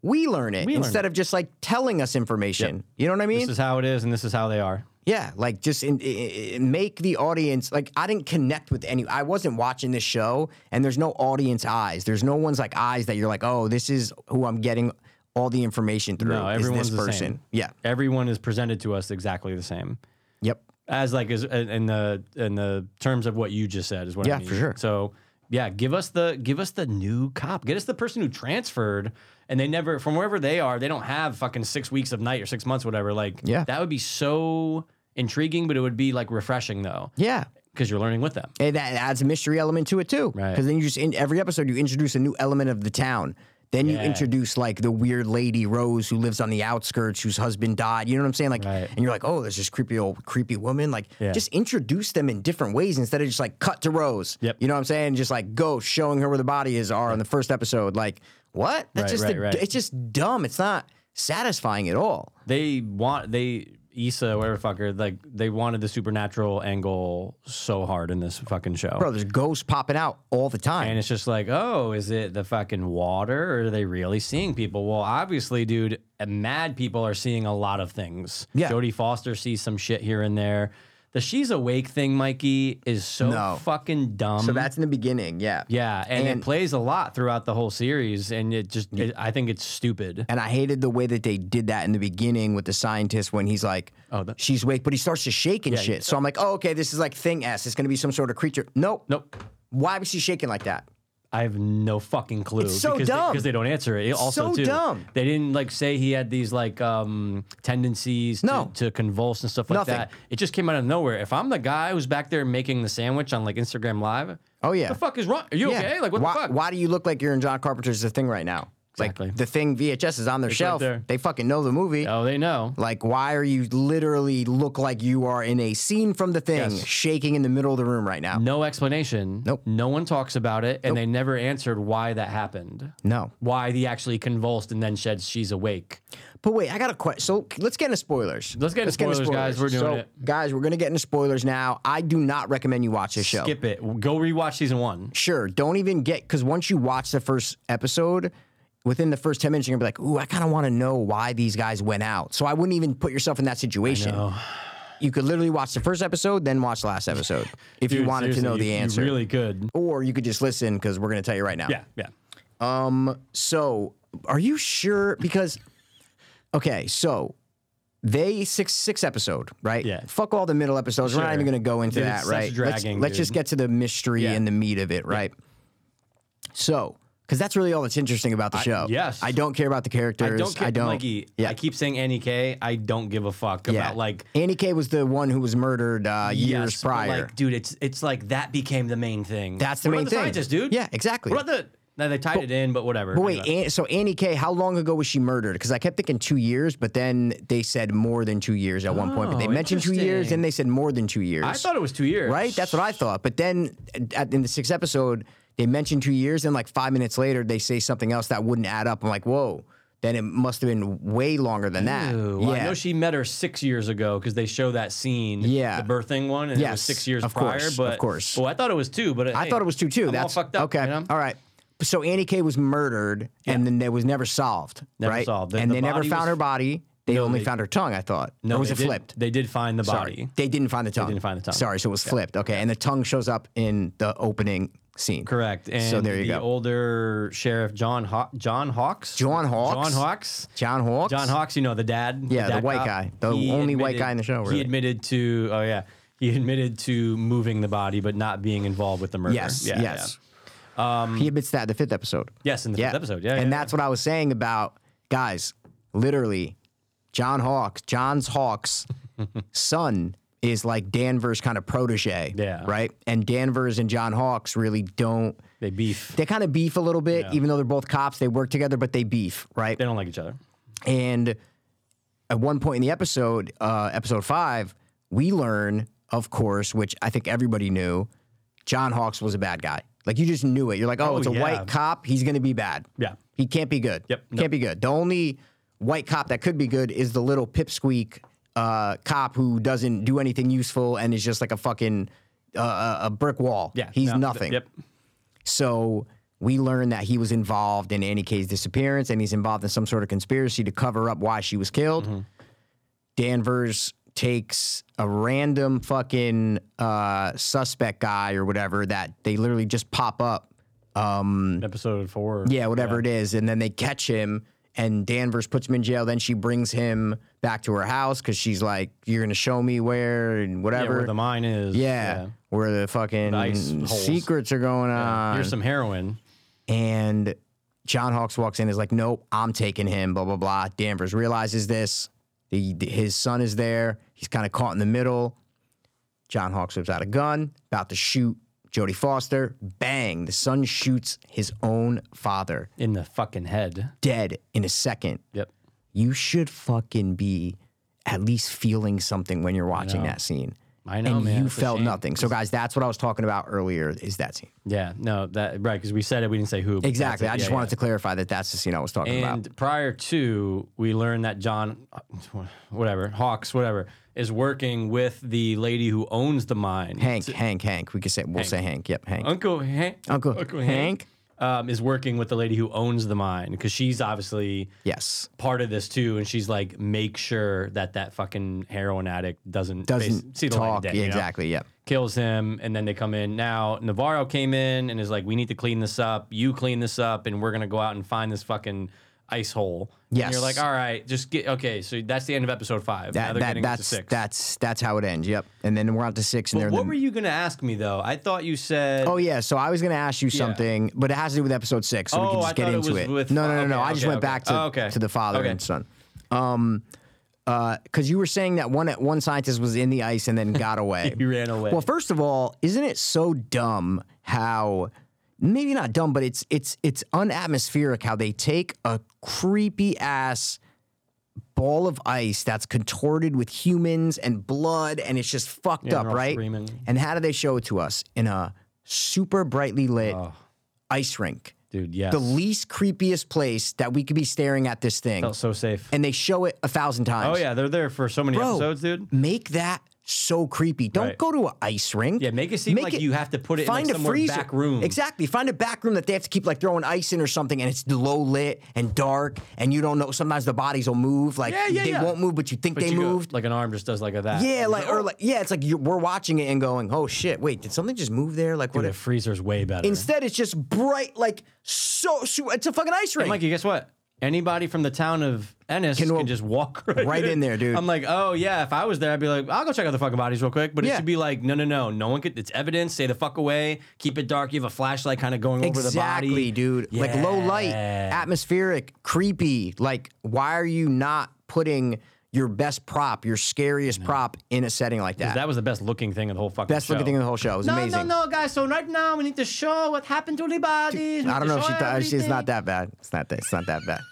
We learn it learn instead of just like telling us information. You know what I mean? this is how it is, and this is how they are. Yeah, like just in, i i- make the audience like I didn't connect with any. I wasn't watching this show, and there's no audience eyes. There's no one's like eyes that you're like, oh, this is who I'm getting all the information through. No, is everyone's this the person. same. Yeah. Everyone is presented to us exactly the same. Yep. as like as in in the in the terms of what you just said is what I Yeah, mean. for sure. So yeah, give us the give us the new cop. Get us the person who transferred and they never from wherever they are, they don't have fucking six weeks of night or six months, whatever. Like Yeah. that would be so intriguing, but it would be like refreshing though. Yeah. Because you're learning with them. And that adds a mystery element to it too. Right. Because then you just in every episode you introduce a new element of the town. Then you Yeah. introduce like the weird lady Rose who lives on the outskirts whose husband died. You know what I'm saying? Like Right. and you're like, oh, there's this creepy old creepy woman. Like Yeah. just introduce them in different ways instead of just like cut to Rose. Yep. You know what I'm saying? Just like go showing her where the body is are on the first episode. Like, what? That's Right, just right, a- right. it's just dumb. It's not satisfying at all. They want they Issa, whatever fucker, like they wanted the supernatural angle so hard in this fucking show. Bro, there's ghosts popping out all the time. And it's just like, oh, is it the fucking water or are they really seeing people? Well, obviously, dude, uh, mad people are seeing a lot of things. Yeah. Jodie Foster sees some shit here and there. The she's awake thing, Mikey, is so No. fucking dumb. so that's in the beginning, yeah. yeah, and, and- it plays a lot throughout the whole series, and it just, it, I think it's stupid. And I hated the way that they did that in the beginning with the scientist when he's like, Oh, that- she's awake, but he starts to shake and shit. So I'm like, oh, okay, this is like thing S. It's going to be some sort of creature. Nope. Nope, Why was she shaking like that? I have no fucking clue. It's so because dumb. because they, don't answer it. Also, so too, dumb. they didn't like say he had these like um tendencies to, No. to convulse and stuff like Nothing. that. It just came out of nowhere. If I'm the guy who's back there making the sandwich on like Instagram Live, Oh, yeah. the fuck is wrong? Are you Yeah. okay? Like what why, the fuck? Why do you look like you're in John Carpenter's The Thing right now? Exactly. Like the thing VHS is on their right shelf. there. they fucking know the movie. Oh, they know. Like, why are you literally look like you are in a scene from the thing Yes. shaking in the middle of the room right now? No explanation. Nope. No one talks about it, and they never answered why that happened. No. Why he actually convulsed and then said she's awake. But wait, I got a question. So let's get into spoilers. Let's get into spoilers, guys. We're doing So, Guys, we're going to get into spoilers now. I do not recommend you watch this show. Skip it. Go rewatch season one. Sure, don't even get, because once you watch the first episode, within the first 10 minutes, you're going to be like, ooh, I kind of want to know why these guys went out. So I wouldn't even put yourself in that situation. You could literally watch the first episode, then watch the last episode if you Dude, wanted to seriously, know you- the you answer. really good. or you could just listen because we're going to tell you right now. Yeah, yeah. Um, So, are you sure? Because, okay, so they six six episode, right? Yeah. Fuck all the middle episodes. We're not Sure. even going to go into Dude, that, it's such right? dragging, let's let's just dude. get to the mystery Yeah. and the meat of it, right? So, because that's really all that's interesting about the show. yes. I don't care about the characters. I don't care. I don't. Mikey, I keep saying Annie K. I don't give a fuck about like Annie K was the one who was murdered uh, years yes, but, prior. Like, dude, it's it's like that became the main thing. that's the What main about thing, scientists, dude. Yeah, exactly. What about the? Now they tied it in, but whatever. But wait, An- so Annie K, how long ago was she murdered? Because I kept thinking two years, but then they said more than two years at one point. But they Oh, mentioned two years, interesting. then they said more than two years. I thought it was two years. right? That's what I thought. But then uh, at, in the sixth episode, they mentioned two years, and like five minutes later, they say something else that wouldn't add up. I'm like, whoa. Then it must have been way longer than that. Ooh, well, I know she met her six years ago because they show that scene, Yeah. the birthing one, and it was Yes, six years of prior. course, but of course. well, I thought it was two, but uh, I thought it was two two. I'm That's all fucked up. Okay, you know? all right. So Annie K was murdered, and then that was never solved. Never right? solved. The- and the they never body found was- her body. They only they- found her tongue. I thought. No, or was they it did- flipped? They did find the body. Sorry. They didn't find the tongue. didn't find the tongue. Sorry, so it was flipped. Okay, and the tongue shows up in the opening scene. Correct. And So there you the go. older sheriff John Haw- John Hawks. John Hawks? John Hawks. John Hawks. John Hawks, you know, the dad. Yeah, the dad white cop, guy. The he only white guy in the show, really. He admitted to, oh, yeah. He admitted to moving the body, but not being involved with the murder. Yes. Yeah, Um, yes. he admits that in the fifth episode. yeah. Yes, in the fifth episode. Yeah. and yeah, that's what I was saying about guys. Literally, John Hawks, John's Hawks' son is like Danvers' kind of protege. Yeah. Right. And Danvers and John Hawks really don't. yeah. they beef. They kind of beef a little bit, even though they're both cops. They work together, but they beef. Right. They don't like each other. And at one point in the episode, uh, episode five, we learn, of course, which I think everybody knew, John Hawks was a bad guy. Like you just knew it. You're like, oh, Oh, it's a yeah. white cop. He's going to be bad. Yeah. He can't be good. Yep. Can't be good. The only white cop that could be good is the little pipsqueak uh, cop who doesn't do anything useful and is just like a fucking uh, a brick wall. Yeah. He's no, th- nothing. Yep. So we learned that he was involved in Annie Kay's disappearance and he's involved in some sort of conspiracy to cover up why she was killed. Danvers takes a random fucking uh, suspect guy or whatever that they literally just pop up. Um, Episode four. yeah, whatever it is. And then they catch him and Danvers puts him in jail. Then she brings him back to her house because she's like, You're going to show me where and Yeah, whatever. where the mine is. yeah, where the fucking ice holes. secrets are going on Here's some heroin. and John Hawks walks in and is like, "Nope, I'm taking him." Blah blah blah. Danvers realizes this. The, his son is there. He's kind of caught in the middle. John Hawks whips out a gun, about to shoot Jodie Foster. Bang! The son shoots his own father, in the fucking head. dead in a second. Yep. You should fucking be at least feeling something when you're watching that scene. I know, and man. you It's a felt shame. nothing. So, guys, that's what I was talking about earlier. Is that scene Yeah. No, that right because we said it. We didn't say who. but that's exactly? it. I just Yeah, wanted to clarify that that's the scene I was talking yeah. about. And prior to, we learned that John, uh, whatever Hawks, whatever, is working with the lady who owns the mine. Hank, Hank, Hank. We could say we'll say Hank. Yep, Hank. Uncle Hank. Uncle Hank? um, is working with the lady who owns the mine because she's obviously yes, part of this too, and she's like, make sure that that fucking heroin addict doesn't doesn't face- see the light of talk. day, yeah, you know? exactly. Yep. kills him, and then they come in. Now Navarro came in and is like, "We need to clean this up. You clean this up, and we're gonna go out and find this fucking ice hole." Yes. And you're like, "All right, just get okay." So that's the end of episode five. now That, they're that getting into that's six. that's that's how it ends. Yep. And then we're on to six, and they're in what the- were you gonna ask me though? I thought you said. Oh yeah, so I was gonna ask you something, but it has to do with episode six, so we Oh, can I just get thought it into was it. with- no, no, no, no. okay, I just okay, went okay. back to Oh, okay. to the father Okay. and son. Um, because you were saying that one one scientist was in the ice and then got away. He ran away. Well, first of all, isn't it so dumb how maybe not dumb, but it's it's it's unatmospheric how they take a creepy ass ball of ice that's contorted with humans and blood and it's just fucked Yeah, up, they're all right? screaming. And how do they show it to us? In a super brightly lit ice rink. Dude, yes. The least creepiest place that we could be staring at this thing. Felt so safe. And they show it a thousand times. oh, yeah. They're there for so many Bro, episodes, dude. Oh, Make that so creepy. Don't Right. go to an ice rink. Yeah, make it seem like you have to put it in, like, somewhere back room. Exactly. Find a back room that they have to keep like throwing ice in or something, and it's low lit and dark, and you don't know. Sometimes the bodies will move. Like Yeah, yeah, they yeah. won't move, but you think But they you go- moved. like an arm just does like a that. yeah, like or like yeah, it's like you we're watching it and going, oh shit, wait, did something just move there? Like what? Dude, a if, freezer's way better. instead, it's just bright, like so. so it's a fucking ice rink. Mikey, guess what? Anybody from the town of Ennis can, walk just walk right, right in there, dude. I'm like, oh yeah. If I was there, I'd be like, I'll go check out the fucking bodies real quick. But it Yeah. should be like, no, no, no. No one could. It's evidence. Stay the fuck away. Keep it dark. You have a flashlight, kind of going over the body. Exactly, dude. Like low light, Yeah. atmospheric, creepy. Like, why are you not putting your best prop, your scariest prop, in a setting like that? That was the best looking thing of the whole fucking. best looking show. thing in the whole show. It was No, amazing. no, no, guys. So right now we need to show what happened to the bodies. I don't know if she thought it's not that bad. It's not that. It's not that bad.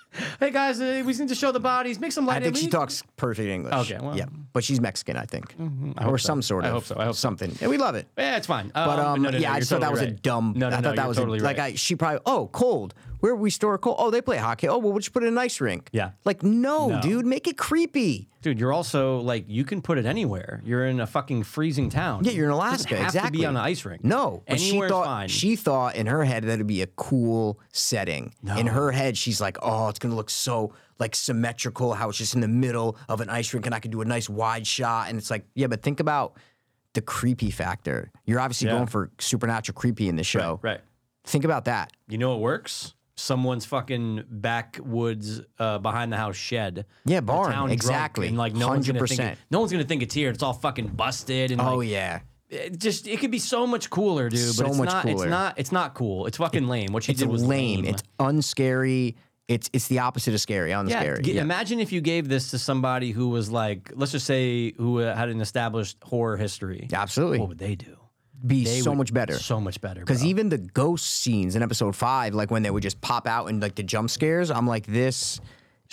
Hey guys, uh, we need to show the bodies. Make some light. I think We she need- talks perfect English. Okay, well. Mm-hmm. yeah, but she's Mexican, I think, or some sort I of hope so, I hope so. something. And we love it. Yeah, it's fine. But um, no, no, no, yeah, I you're just thought totally that was a right. dumb. No, no, I no, thought that you're was totally a, like right. I, she probably oh cold. Where we store cold? Oh, they play hockey. Oh, well, we'll just put it in an ice rink. Yeah. like no, No. dude, make it creepy. Dude, you're also like you can put it anywhere. You're in a fucking freezing town. Yeah, you're in It doesn't Alaska. have exactly. To be on an ice rink. No, but she anywhere's thought fine. she thought in her head that'd be a cool setting. In her head, she's like, "Oh, it's gonna look so like symmetrical. How it's just in the middle of an ice rink, and I can do a nice wide shot." And it's like, yeah, but think about the creepy factor. You're obviously Yeah. going for supernatural creepy in the show. right. Think about that. You know what works? Someone's fucking backwoods uh, behind the house shed. Yeah, The barn, town drunk, exactly. and like no one's gonna think it, 100%. no one's gonna think it's here. It's all fucking busted. And Oh like, yeah. it just it could be so much cooler, dude. So but it's much not. It's cooler. not. It's not cool. It's fucking lame. What she It's did was lame. lame. It's unscary. It's it's the opposite of scary. Yeah, Unscary. g- Imagine if you gave this to somebody who was like, let's just say, who uh, had an established horror history. Absolutely. What would they do? Be They so would- much better. So much better. Because bro. even the ghost scenes in episode five, like when they would just pop out and like the jump scares, I'm like, this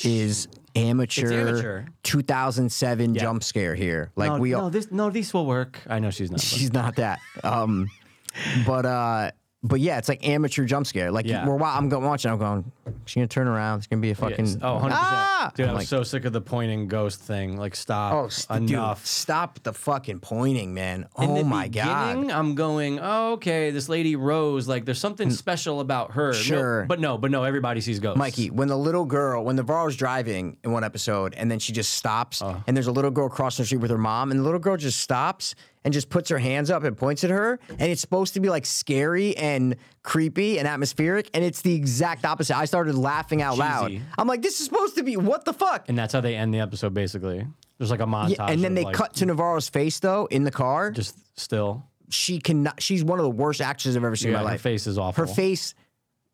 is amateur, amateur. 2007 jump scare here. Like no, we all, no, this no, these will work. I know she's not. but- she's not that. Um, but uh, but yeah, it's like amateur jump scare. Like Yeah. we're wa- I'm going watching, I'm going, she's gonna turn around. It's gonna be a fucking Yes. Oh, 100%. Ah! Dude, I'm I was like, so sick of the pointing ghost thing. Like, stop. oh, st- enough. dude, stop the fucking pointing, man. In Oh the my god. beginning, I'm going, oh, okay, this lady Rose, like, there's something special about her. No, Sure. but no, but no, everybody sees ghosts. Mikey, when the little girl, when the Varl's driving in one episode, and then she just stops, Uh. and there's a little girl crossing the street with her mom, and the little girl just stops and just puts her hands up and points at her, and it's supposed to be like scary and creepy and atmospheric, and it's the exact opposite. I started laughing out loud. Cheesy. I'm like, this is supposed to be what the fuck? And that's how they end the episode, basically. There's like a montage. Yeah, and then of, they like, cut to Navarro's face though in the car. Just still. she cannot. She's one of the worst actresses I've ever seen Yeah, in my her life. face is awful. Her face.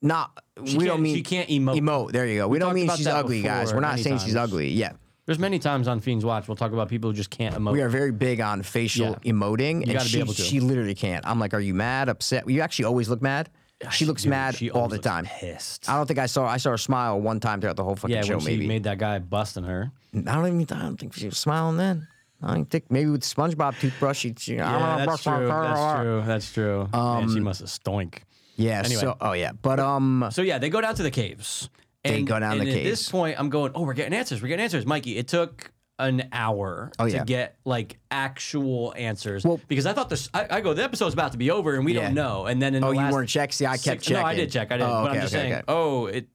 Not. we can't- don't mean she can't emote. There you go. We, don't talked mean about she's that ugly, guys. before We're not many saying she's times. ugly. Yeah. There's many times on Fiends Watch we'll talk about people who just can't emote. we are very big on facial Yeah. emoting, and gotta be she, able to. she literally can't. I'm like, are you mad, upset? You actually always look mad. She looks Dude, mad she all always the looks time. Pissed. I don't think I saw. I saw her smile one time throughout the whole fucking yeah, show. when she Maybe made that guy busting her. I don't even. I don't think she was smiling then. I don't think maybe with SpongeBob toothbrush. She. she Yeah, that's true. That's true. That's true. Man, Um, she must have stoink. Yeah. Anyway. So. Oh yeah. But um. So yeah, they go down to the caves. They and, go down and the at this caves. point, I'm going, oh, we're getting answers. We're getting answers, Mikey. It took an hour Oh, to yeah. get like actual answers Well- because I thought this. I, I go, the episode's about to be over, and we Yeah. don't know. And then in Oh, the you last weren't checked. See, I kept six- No, I checking. did check. I did. Oh, but I'm okay, just okay, saying, okay. oh, it,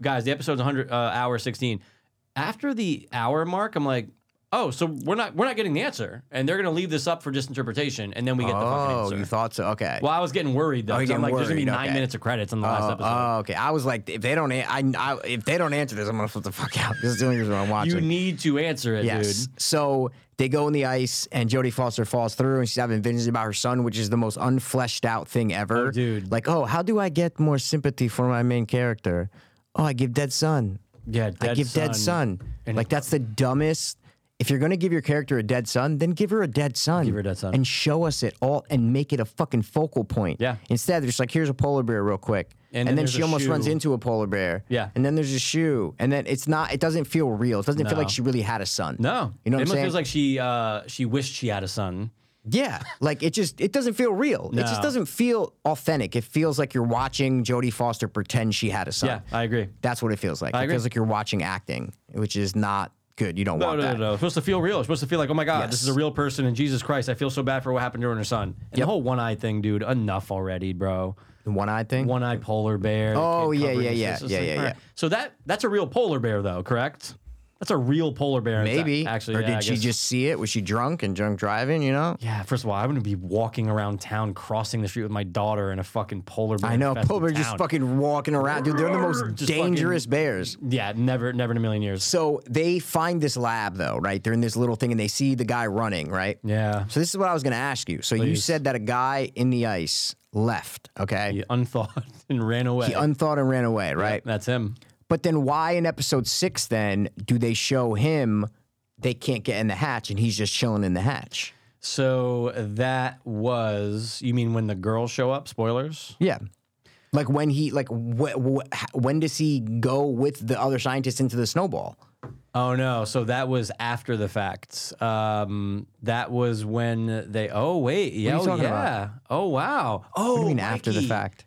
guys, the episode's 100 uh, hour 16. After the hour mark, I'm like, oh, so we're not we're not getting the answer, and they're gonna leave this up for just interpretation, and then we get the fucking Oh, answer. you thought so? Okay. well, I was getting worried though. you're 'cause I'm getting like, there's gonna be worried, nine okay. minutes of credits on the last Oh, episode. oh, okay. I was like, if they don't, an- I, I, if they don't answer this, I'm gonna flip the fuck out. This is the only reason I'm watching. You need to answer it, Yes. dude. So they go in the ice, and Jodie Foster falls through, and she's having visions about her son, which is the most unfleshed out thing ever. Oh, dude. Like, oh, how do I get more sympathy for my main character? Oh, I give dead son. Yeah, dead I give dead son. son. like, that's the dumbest. If you're gonna give your character a dead son, then give her a dead son. Give her a dead son. And show us it all and make it a fucking focal point. Yeah. Instead, they're just like, here's a polar bear real quick. And, And then then, there's she a almost runs shoe. into a polar bear. Yeah. And then there's a shoe. And then it's not, it doesn't feel real. It doesn't feel No. like she really had a son. No, You know it what I'm almost saying? feels like she uh, she wished she had a son. Yeah, like it just it doesn't feel real. It No. just doesn't feel authentic. It feels like you're watching Jodie Foster pretend she had a son. Yeah, I agree. That's what it feels like. it agree. feels like you're watching acting, which is not good. You don't No, want no, that. no, no. It's supposed to feel real. It's supposed to feel like, oh my God, Yes. this is a real person. And Jesus Christ, I feel so bad for what happened to her and her son. And The Yep. whole one eye thing, dude. Enough already, bro. The one-eyed thing. One eyed polar bear. the Oh, kid yeah, covering yeah, his yeah, face. It's yeah, like, yeah, all right. yeah. So that that's a real polar bear, though, correct? That's a real polar bear. It's a- Maybe. actually, or yeah, did I she guess- just see it? Was she drunk and drunk driving? You know. Yeah, first of all, I wouldn't be walking around town, crossing the street with my daughter and a fucking polar bear. I know. infested Polar just town. fucking walking around, dude. They're the most Just fucking- dangerous bears. Yeah, never, never in a million years. So they find this lab though, right? They're in this little thing and they see the guy running, right? Yeah, So this is what I was going to ask you. So you said that a guy in the ice left, okay? he unthought and ran away. He unthought and ran away, right? That's him. But then why in episode 6 then do they show him they can't get in the hatch and he's just chilling in the hatch? So that was you mean when the girls show up? Spoilers. Yeah. Like when he like wh- wh- h- when does he go with the other scientists into the snowball? Oh no! So that was after the fact. Um, that was when they. Oh wait! Yeah, you oh, talking about? yeah. Oh wow! Oh, What do you mean after the Mikey. fact?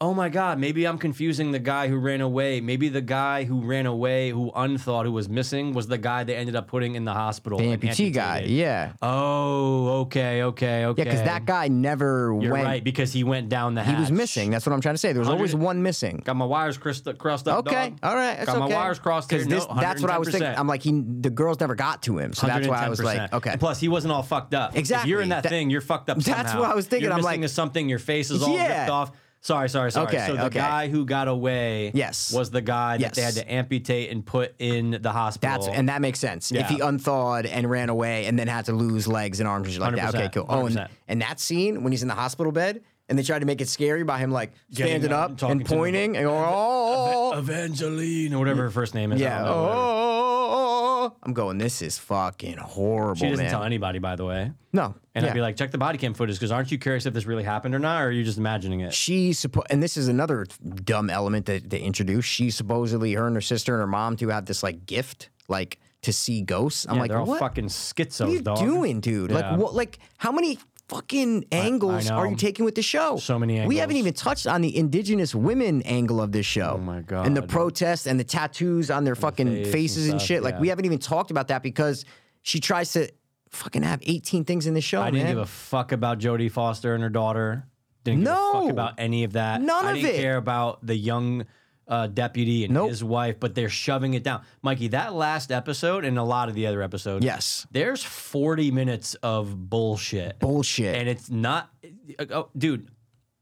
Oh my God! Maybe I'm confusing the guy who ran away. Maybe the guy who ran away, who unthought, who was missing, was the guy they ended up putting in the hospital. The and amputee guy. amputated. Yeah. Oh, okay, okay, okay. Yeah, cuz that guy never You're went. right because he went down the. He was hatch. missing. That's what I'm trying to say. There was always one missing. Got my wires crissed- crossed up. Okay, dog. all right. That's Got my okay. wires crossed here. 'Cause No, this- that's what I was thinking. 110%. I'm like, he, the girls never got to him, so that's why I was like, 110%. okay. And plus, he wasn't all fucked up. If you're in Exactly. that, That- thing, you're fucked up. That's somehow. what I was thinking. You're I'm missing like- to something. Your face is all Yeah. ripped off. Sorry, sorry, sorry. Okay, so the okay. guy who got away, Yes. was the guy that they had Yes. to amputate and put in the hospital. that's and that makes sense. If Yeah. he unthawed and ran away and then had to lose legs and arms and shit like that. Okay, 100%, cool. Oh, and, 100%. and that scene when he's in the hospital bed and they try to make it scary by him like Getting standing up and up talking and to him. pointing and going, oh, oh, Evangeline or whatever her first name is. I yeah, don't oh, know, oh, whatever. oh, oh, oh." I'm going. This is fucking horrible, She doesn't man. tell anybody, by the way. no, And yeah. I'd be like, check the body cam footage because aren't you curious if this really happened or not, or are you just imagining it? she suppo- and this is another dumb element that they introduced. She supposedly her and her sister and her mom do have this like gift, like to see ghosts. I'm like, They're all what? fucking schizos, what are you dog. doing, dude? Yeah. Like what? Like how many fucking angles are know. you taking with the show? So many We haven't angles. even touched on the indigenous women angle of this show. Oh my And the God. protests and the tattoos on their fucking face and faces and, stuff, shit. Like yeah. we haven't even talked about that because she tries to fucking have 18 things in the show. I didn't man. give a fuck about Jodie Foster and her daughter. Didn't give a No. fuck about any of that. None I of didn't it. care about the young uh, deputy and his wife, but they're shoving it down. Mikey, that last episode and a lot of the other episodes, yes. there's 40 minutes of bullshit. Bullshit. and it's not, uh, oh, dude.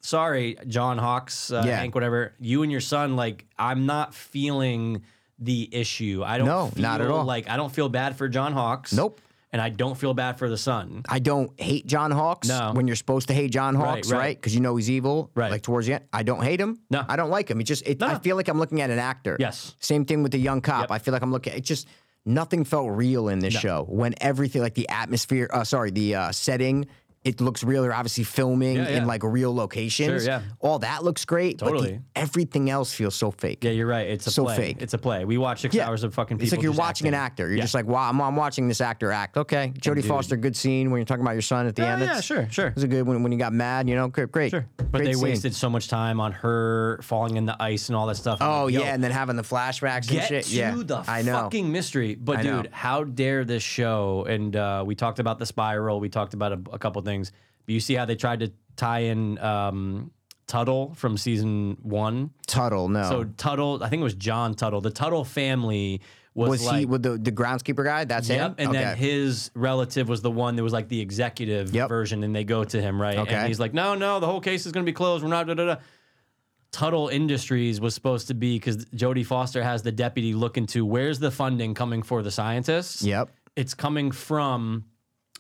Sorry, John Hawks, uh, Yeah. Hank, whatever. You and your son, like, I'm not feeling the issue. I don't. No, feel, not at all. Like, I don't feel bad for John Hawks. Nope. And I don't feel bad for the son. I don't hate John Hawks No. when you're supposed to hate John Hawks, right. right? Because you know he's evil. Right. Like towards the end, I don't hate him. No. I don't like him. It just, it, I feel like I'm looking at an actor. Yes. Same thing with the young cop. I feel like I'm looking. It just nothing felt real in this show. When everything, like the atmosphere, uh, sorry, the uh, setting. It looks real. They're obviously filming yeah. in like real locations. yeah. All that looks great. But Totally. the, everything else feels so fake. Yeah, you're right. It's a So play. fake. It's a play. We watch six Yeah. hours of fucking people. It's like you're just watching acting. an actor. You're just like, wow, I'm, I'm watching this actor act. Okay, Jodie Foster, good scene when you're talking about your son at the end. yeah, That's- sure, sure. It was a good one when you got mad. You know, great, great. Sure. But great they scene. wasted so much time on her falling in the ice and all that stuff. I'm Oh like, yo, yeah, and then having the flashbacks and Get shit. to yeah, the I know. fucking mystery. But know. dude, how dare this show? And uh, we talked about the spiral. We talked about a, a couple things. But you see how they tried to tie in um, Tuttle from season one. Tuttle, no. So Tuttle, I think it was John Tuttle. The Tuttle family was, was like he with the the groundskeeper guy? That's him. Yep. And then his relative was the one that was like the executive Yep. version, and they go to him, right? Okay. And he's like, no, no, the whole case is going to be closed. We're not, da, da, da. Tuttle Industries was supposed to be because Jodie Foster has the deputy look into where's the funding coming for the scientists. Yep. It's coming from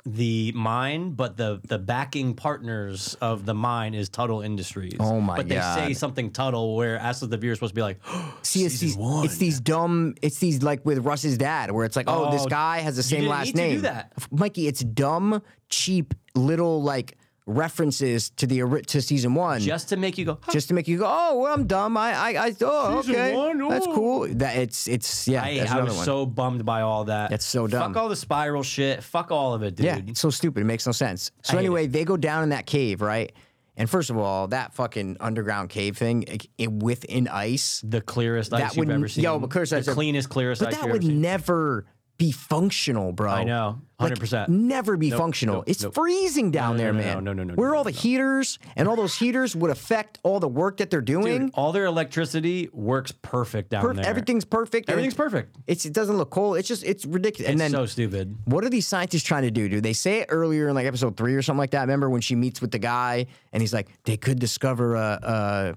the mine, but the the backing partners of the mine is Tuttle Industries. Oh my But they say God. something Tuttle, where Asa the viewer is supposed to be like, See, it's Season these, one. it's these dumb, it's these like with Russ's dad, where it's like, oh, this Oh, guy has the same didn't last need to do name. that. F- Mikey, it's dumb, cheap, little like references to the ori- to season one, just, just to make you go. Huh. to make you go, oh, well, I'm dumb. I, I, I oh, Season okay, one, that's oh." cool. That it's, it's, yeah, I, that's I another was one. so bummed by all that. That's so dumb. Fuck all the spiral shit. Fuck all of it, dude. Yeah, it's so stupid. It makes no sense. So hate anyway, they go down in that cave, right? And first of all, that fucking underground cave thing it, it, within ice, The clearest That ice you've would- ever seen. yo, but clearest the ice I've- cleanest, clearest but ice that you've would ever seen. never be functional, bro. I know, Like, hundred percent. Never be functional. nope, it's nope. freezing down no, there, no, man. no, no, no, Where no, all the heaters and all those heaters would affect all the work that they're doing. Dude, all their electricity works perfect down Perf- there. everything's perfect. everything's perfect. It's it doesn't look cold. It's just it's ridiculous. and then so stupid. What are these scientists trying to do, dude? They say it earlier in like episode three or something like that. Remember when she meets with the guy and he's like, they could discover a, a,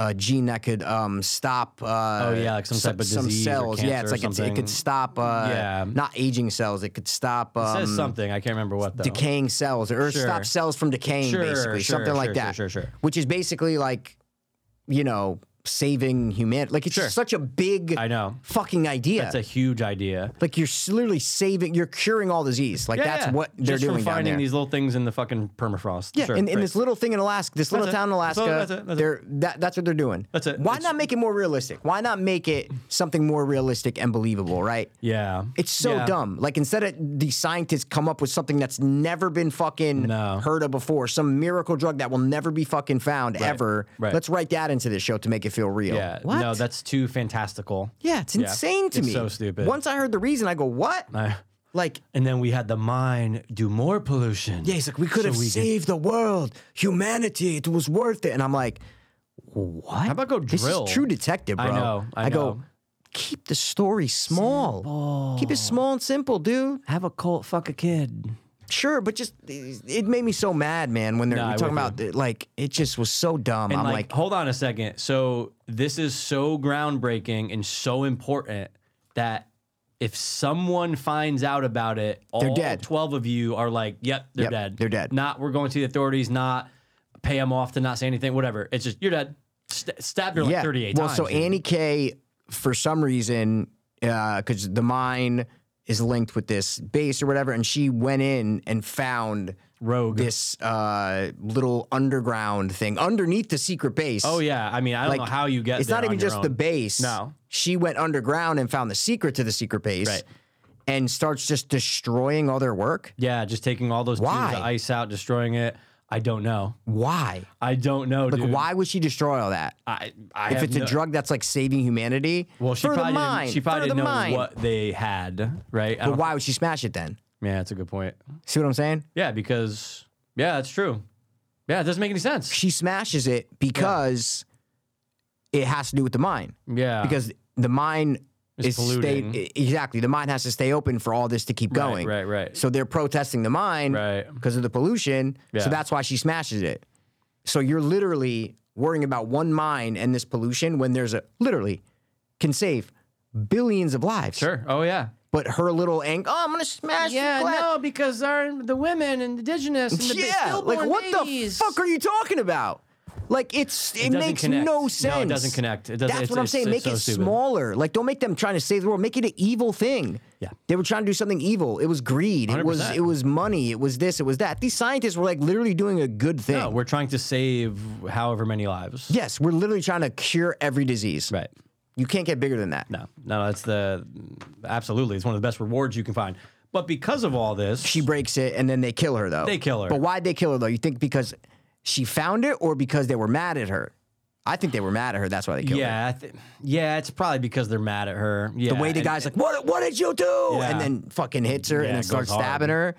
a gene that could um, stop. Uh, Oh, yeah, like some type of disease or cells. yeah, cancer it's or like it's, it something. could stop. Uh, Yeah. not aging cells. It could stop. Um, Says something. I can't remember what though. Decaying cells or Sure. stop cells from decaying, Sure, basically, sure, something like sure, that. sure, sure, sure. Which is basically like, you know, saving humanity. Like it's Sure. such a big, I know. fucking idea. That's a huge idea. Like you're s- literally saving, you're curing all disease. Like Yeah, that's yeah. what they're Just doing from down finding there. these little things in the fucking permafrost. yeah, sure, in, in great. this little thing in Alaska, this little That's it. town in That's all- Alaska, that's it, that's it. they're that, that's what they're doing. That's it. Why It's- not make it more realistic? Why not make it something more realistic and believable? Right? yeah, It's so Yeah. dumb. Like instead of the scientists come up with something that's never been fucking No. heard of before, some miracle drug that will never be fucking found ever. right. Let's write that into this show to make it feel real. Yeah, What? no, that's too fantastical. yeah, it's Yeah. insane to It's me. so stupid. Once I heard the reason, I go, what? I- like Uh, and then we had the mine do more pollution. Yeah, he's like, we could have we could- saved the world, humanity. It was worth it. And I'm like, what? How about go This drill? is true detective, bro. I know, I go, know. keep the story small. Keep it small and simple, dude. have a cult, fuck a kid. Sure, but just it made me so mad, man. When they're Nah, we're I'm talking with about it, like it just was so dumb. I'm And like, like, hold on a second. So this is so groundbreaking and so important that if someone finds out about it, all dead. twelve of you are like, "Yep, they're Yep, dead. they're dead. Not we're going to the authorities. Not pay them off to not say anything. Whatever. It's just you're dead. St- stabbed her like yeah. thirty-eight well, times. so dude. Annie K, for some reason, because the mine is linked with this base or whatever, and she went in and found rogue. this uh, little underground thing underneath the secret base. oh yeah. I mean, I don't know how you get. It's there not on even your just own. the base. No. She went underground and found the secret to the secret base Right. and starts just destroying all their work. Yeah, just taking all those Why? tubes of ice out, destroying it. I don't know. Why? I don't know, dude. Why would she destroy all that? I, I If have it's no- a drug that's like saving humanity, Well, she for probably the mind, didn't, she for probably the didn't know mind. what they had, right? I But don't- why would she smash it then? yeah, that's a good point. See what I'm saying? Yeah, because yeah, that's true. Yeah, it doesn't make any sense. She smashes it because it has to do with the mind. Yeah, because the mine is Ah. It's polluting. stay, exactly the mine has to stay open for all this to keep Right, going. right, right. So they're protesting the mine Right. because of the pollution. Yeah. So that's why she smashes it. So you're literally worrying about one mine and this pollution when there's a literally can save billions of lives. sure. Oh yeah. But her little ang oh I'm gonna smash the glass. because our the women and indigenous and yeah, like what the fuck are you talking about? Like it's it, doesn't makes connect. No, no it sense. doesn't connect. It doesn't- That's it's- what I'm it's- saying. it's Make so it stupid. smaller. Like don't make them trying to save the world. Make it an evil thing. Yeah. they were trying to do something evil. It was greed. It was 100%. it was money. It was this. It was that. These scientists were like literally doing a good thing. No, we're trying to save however many lives. yes, we're literally trying to cure every disease. Right. You can't get bigger than that. No, no, that's the absolutely. It's one of the best rewards you can find. But because of all this, She breaks it, and then they kill her though. They kill her. But why'd they kill her though? You think because she found it, or because they were mad at her? I think they were mad at her. That's why they killed her. yeah, I thi- yeah, it's probably because they're mad at her. Yeah, The way the and- guy's like, "What? What did you do?" Yeah. And then fucking hits her Yeah, and then it starts goes hard. stabbing her.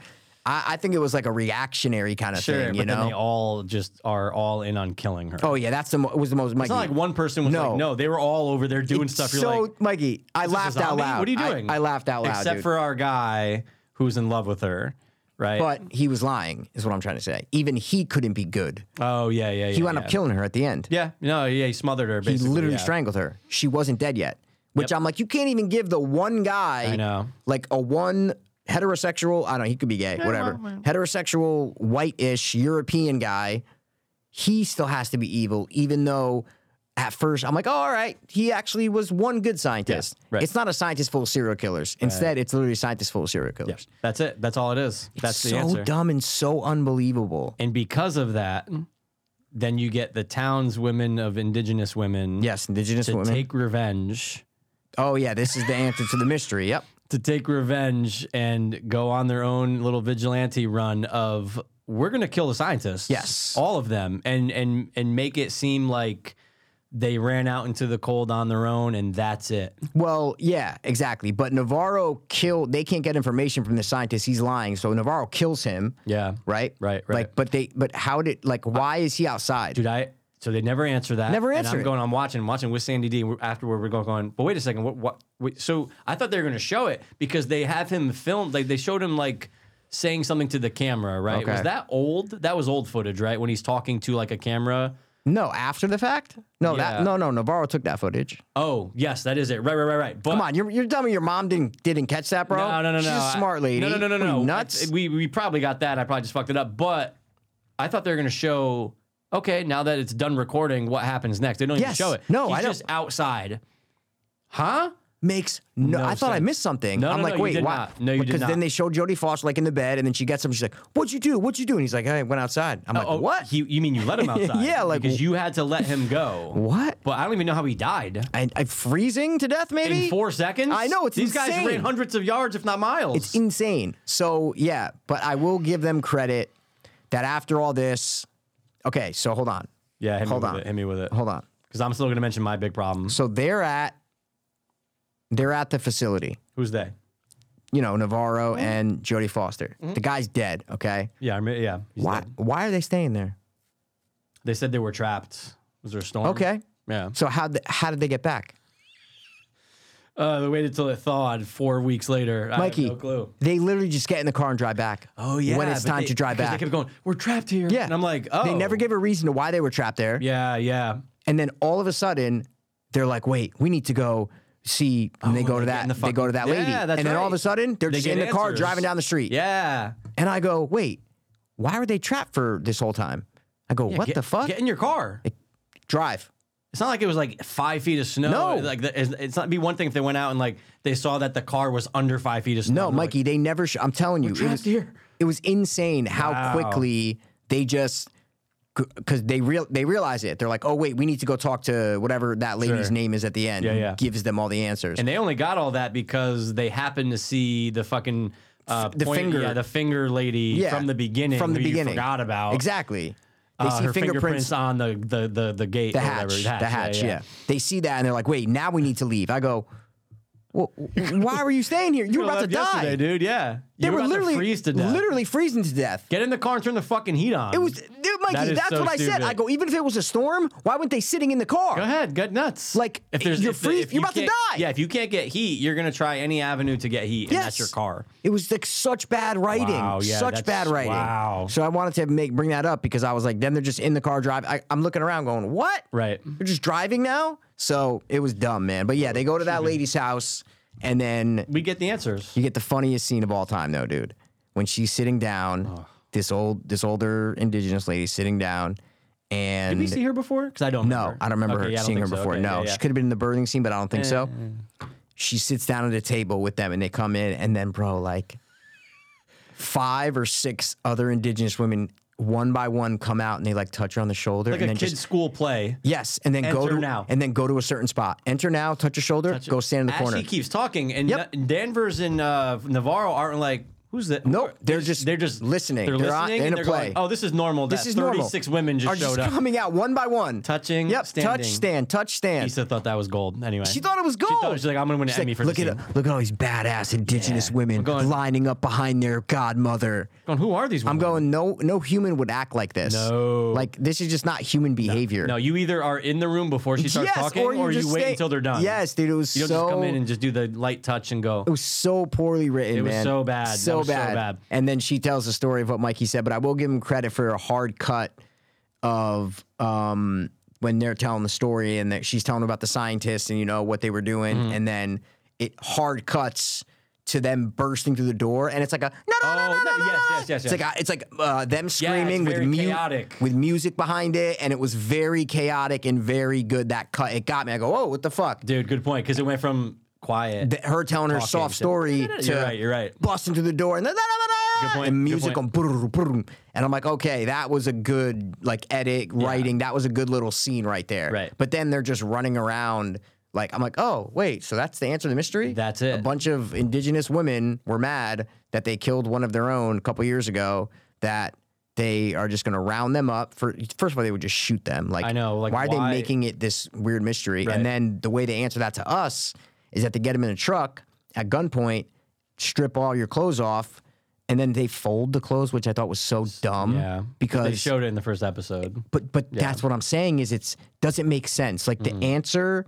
I, I think it was like a reactionary kind of Sure, thing, you but then know? they all just are all in on killing her. oh yeah, that's the mo- it was the most. Mikey. It's not like one person was No. like, no, they were all over there doing stuff. You're so like, Mikey, I "Is this a laughed out zombie? loud. What are you I- doing? I, laughed out loud, Except dude. for our guy who's in love with her, right? but he was lying, is what I'm trying to say. Even he couldn't be good. oh yeah, yeah, yeah. He wound yeah. up killing her at the end. Yeah, no, yeah, he smothered her. he Basically, literally yeah. strangled her. She wasn't dead yet. Which I'm like, you can't even give the one guy I know. like a one heterosexual. I don't. know, He could be gay. whatever. well, well. Heterosexual, white-ish European guy. He still has to be evil, even though at first I'm like, oh, all right, he actually was one good scientist. right. It's not a scientist full of serial killers. Instead, it's literally a scientist full of serial killers. That's it. That's all it is. That's the so answer. dumb and so unbelievable. And because of that, then you get the townswomen of indigenous women Yes, indigenous to women. take revenge. oh yeah, this is the answer to the mystery. Yep. to take revenge and go on their own little vigilante run of we're going to kill the scientists. Yes. all of them, and and and make it seem like they ran out into the cold on their own, and that's it. Well, yeah, exactly. But Navarro killed. They can't get information from the scientist. He's lying. So Navarro kills him. Yeah, Right. Right, right. Like, but they. But how did? Like, why is he outside? dude. I so they never answer that. Never And answer I'm it. going. I'm watching. I'm watching with Sandy D. and we're- Afterward, we're going. going but wait a second. What? What? Wait, so I thought they were going to show it because they have him filmed. Like they showed him like saying something to the camera. Right? Okay. Was that old? That was old footage, right? When he's talking to like a camera. no, after the fact. No, Yeah. that. No, no. Navarro took that footage. Oh, yes, that is it. Right, right, right, right. But Come on, you're you're telling me your mom didn't didn't catch that, bro? no, no, no, no. She's a I- smart lady. No, no, no, no, What are you no. Nuts. I- we we probably got that. I probably just fucked it up. But I thought they were gonna show. Okay, now that it's done recording, what happens next? They don't Yes. even show it. No, He's I don't- just outside. Huh? Makes no. No I thought I sense. missed something. No, I'm no, like, no, you wait, did why? not. No, you did Because then not. they show Jodie Foster like in the bed, and then she gets him. She's like, "What'd you do? What'd you do?" And he's like, "I went outside." I'm like, Oh, "What? He, you mean you let him outside? Yeah, like- because you had to let him go. What? But I don't even know how he died. I, I freezing to death? Maybe In four seconds? I know, it's these guys insane. ran hundreds of yards, if not miles. It's insane. So yeah, but I will give them credit that after all this, okay. So hold on, yeah, hit Hold me on. with it. Hit me with it. hold on. Because I'm still gonna mention my big problem. So they're at they're at the facility. Who's they? You know, Navarro Mm-hmm. and Jodie Foster. The guy's dead. Okay. Yeah, I mean, yeah. he's Why? dead. Why are they staying there? They said they were trapped. Was there a storm? Okay. Yeah. So how how did they get back, Uh, they waited till it thawed four weeks later. I Mikey? have no clue. They literally just get in the car and drive back. When it's Oh, but time they- to drive 'cause back. They kept going, we're trapped here. Yeah. And I'm like, oh. They never give a reason to why they were trapped there. Yeah, yeah. And then all of a sudden, they're like, wait, we need to go see. And they Oh, go to they get that. in the they go to that fucking- lady. Yeah, that's and then all of right. a sudden, they're They just get in the car answers. driving down the street. Yeah. And I go, wait, why were they trapped for this whole time? I go, what Get- the fuck? Get in your car. Drive. It's not like it was like five feet of snow. No. Like the- it's it's not it'd be one thing if they went out and like they saw that the car was under five feet of snow. No, They're like, Mikey, they never. Sh- I'm telling you, it trapped was, here. it was insane how Wow. quickly they just because they real they realize it. They're like, oh wait, we need to go talk to whatever that lady's Sure. name is at the end. Yeah, and yeah. Gives them all the answers. And they only got all that because they happened to see the fucking uh, the finger. yeah, the finger lady Yeah. from the beginning, From the who you beginning. forgot about exactly. They uh, see her fingerprints, on the the the, the gate, the or hatch, whatever, the hatch, yeah, They see that and they're like, "Wait, now we need to leave." I go, "Well, why were you staying here? You were You about to left die. yesterday, dude. Yeah, They You were, about to literally freeze to death. literally freezing to death." Get in the car and turn the fucking heat on. It was, dude, Mikey. That is that's so what I said. stupid. I go, even if it was a storm, why weren't they sitting in the car? Go ahead, get nuts. Like, you're the- freeze- you're about to can't- die. Yeah, if you can't get heat, you're gonna try any avenue to get heat, and that's your Yes. car. It was like such bad writing. Wow, yeah, such that's- bad writing. wow. So I wanted to make bring that up because I was like, then they're just in the car drive. I, I'm looking around going, what? Right. They're just driving now? So it was dumb, man. But yeah, they go to that lady's house and then We get the answers. You get the funniest scene of all time, though, dude. When she's sitting down, this old, this older indigenous lady sitting down, and Did we see her before? Because I don't. no, remember. Oh, I don't remember Okay, her, yeah, I don't seeing her think so. before. Okay, no, yeah, Mm-hmm. yeah. she could have been in the birthing scene, but I don't think so. She sits down at a table with them, and they come in, and then, bro, like five or six other indigenous women, one by one, come out, and they like touch her on the shoulder, like and a then kid's just. school play. Yes, and then go Enter to now. and then go to a certain spot. Enter now, touch your shoulder, go stand in the As corner. she keeps talking, and Yep. Na- Danvers and uh, Navarro aren't like, who's that? Nope, they're just they're just listening. They're They're on- listening. they're in and a they're play. going, oh, this is normal. That This is normal. 36 women just Are showed just up. coming out one by one, Touching, Yep, standing. touch, stand, touch, stand. Lisa thought that was gold. Anyway, She thought it was gold. She thought, she's like, I'm gonna win an She's like, Emmy for look this. at scene." look at all these badass indigenous Yeah. women I'm going- lining up behind their godmother. Going, Who are these? Women? I'm going. No, no human would act like this. No. like this is just not human behavior. No, you either are in the room before she starts yes, talking, or or you, you, just wait stay- until they're done. Yes, dude, it was you don't so. just come in and just do the light touch and go. it was so poorly written. It was man. so bad. That So, was so bad. bad. And then she tells the story of what Mikey said, but I will give him credit for a hard cut of um, when they're telling the story and Mm-hmm. that she's telling about the scientists and you know what they were doing, and then it hard cuts to them bursting through the door, and it's like a no, no, no, Oh, no, no, no, no, yes, no." yes, yes, It's yes. like a, it's like uh, them Yeah, it's screaming very with mu- chaotic. with music behind it, and it was very chaotic and very good. That cut it got me. I go, oh, what the fuck? Dude, good point. Because it went from quiet. Th- her telling her Talking soft to- story to You're right. You're right. busting through the door and, Good point, and good music point. on brrr, brrr. and I'm like, okay, that was a good like edit writing. That was a good little scene right there. Right. But then they're just running around. Like I'm like, oh wait, so that's the answer to the mystery. That's A it. bunch of indigenous women were mad that they killed one of their own a couple years ago. That they are just going to round them up for. First of all, they would just shoot them. Like I know, like, why are why- they making it this weird mystery? Right. And then the way they answer that to us is that they get them in a truck at gunpoint, strip all your clothes off, and then they fold the clothes, which I thought was so dumb. Yeah. They Because showed it in the first episode. but but that's what I'm saying is it's doesn't make sense. Like Mm. the answer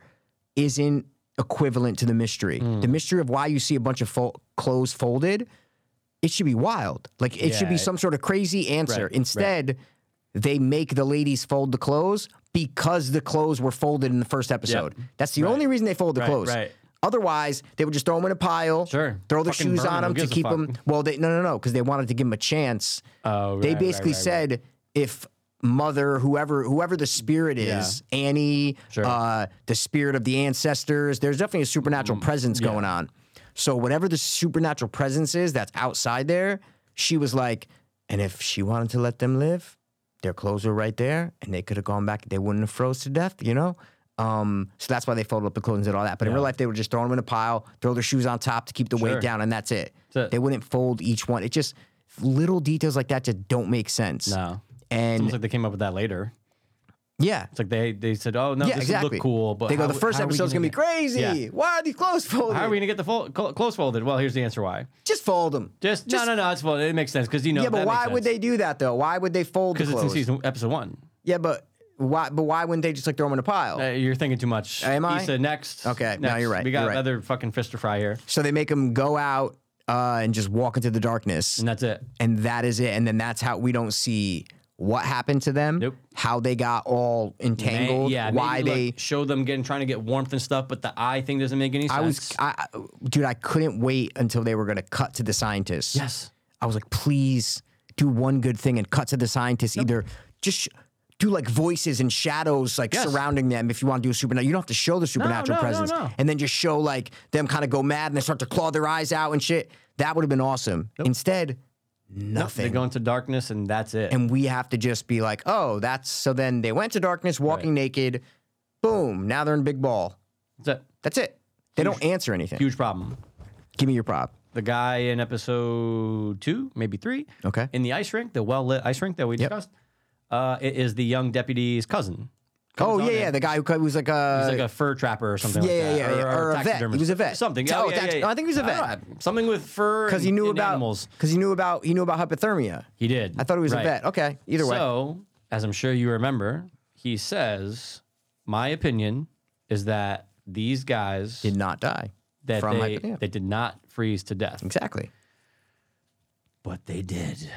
isn't equivalent to the mystery. Mm. The mystery of why you see a bunch of fol- clothes folded, it should be wild. Like it should be Yeah. some sort of crazy answer. Right, right. Instead, they make the ladies fold the clothes because the clothes were folded in the first episode. That's the only reason they fold the Right, clothes. right. Otherwise, they would just throw them in a pile, Sure. throw their Fucking shoes burn on 'em. them Who to gives a keep fuck? them. Well, they, no, no, no, because they wanted to give them a chance Oh, they right, right, basically right, right. said if mother whoever whoever the spirit is annie Sure. uh, the spirit of the ancestors there's definitely a supernatural Mm, presence going on so whatever the supernatural presence is that's outside there she was like and if she wanted to let them live their clothes were right there and they could have gone back they wouldn't have froze to death you know um, so that's why they folded up the clothes and did all that but in real life they would just throw them in a pile throw their shoes on top to keep the Sure. weight down and that's it That's it. they wouldn't fold each one. It just little details like that just don't make sense. No. It's And almost like they came up with that later. yeah, It's like they they said, oh no, yeah, this exactly. would look cool, but they go, how- the first how are we episode's gonna gonna be crazy. Yeah. Why are these clothes folded? How are we gonna get the full, cl- close folded? Well, here's the answer why. Just fold them. Just, no, no, no. It's folded. It makes sense because you know. yeah, but why would they do that though? Why would they fold the Because it's in clothes? season episode one. yeah, but why? But why wouldn't they just like throw them in a pile? Uh, you're thinking too much. Am I? Issa, next. Okay, no, next. you're right, We got you're right. another fucking fist to fry here, so they make them go out uh, and just walk into the darkness, and that's it. and that is it. And then that's how we don't see what happened to them, Nope. how they got all entangled, yeah, maybe, why like, they. show them getting trying to get warmth and stuff, but the eye thing doesn't make any sense. I was, I, I- dude, I couldn't wait until they were going to cut to the scientists. yes, I was like, please do one good thing and cut to the scientists. Either just sh- do like voices and shadows like Yes. surrounding them if you want to do a supernatural. You don't have to show the supernatural no, no, presence. no. And then just show like them kind of go mad and they start to claw their eyes out and shit. That would have been awesome. Instead, they nothing. go into darkness, and that's it. and we have to just be like, oh, that's so then they went to darkness walking naked. Boom. Now they're in big ball. that's it. That's it. They don't answer anything. Huge problem. Give me your prop. The guy in episode two, maybe three, Okay. in the ice rink, the well lit ice rink that we discussed, uh, it is the young deputy's cousin. Oh on yeah, in. yeah. The guy who co- was like uh, a, He's like a fur trapper or something. Yeah, like yeah, that. yeah, yeah. Or a vet. He taxidermist. was a vet. Something. Oh, Oh, yeah, tax- yeah, yeah. I think he was a don't vet. know. Something with fur because he and- knew and about animals. Because he knew about he knew about hypothermia. He did. I thought he was Right. a vet. Okay, either way. So, as I'm sure you remember, he says, "My opinion is that these guys Did not die that from they hypothermia. they did not freeze to death, Exactly. but they did.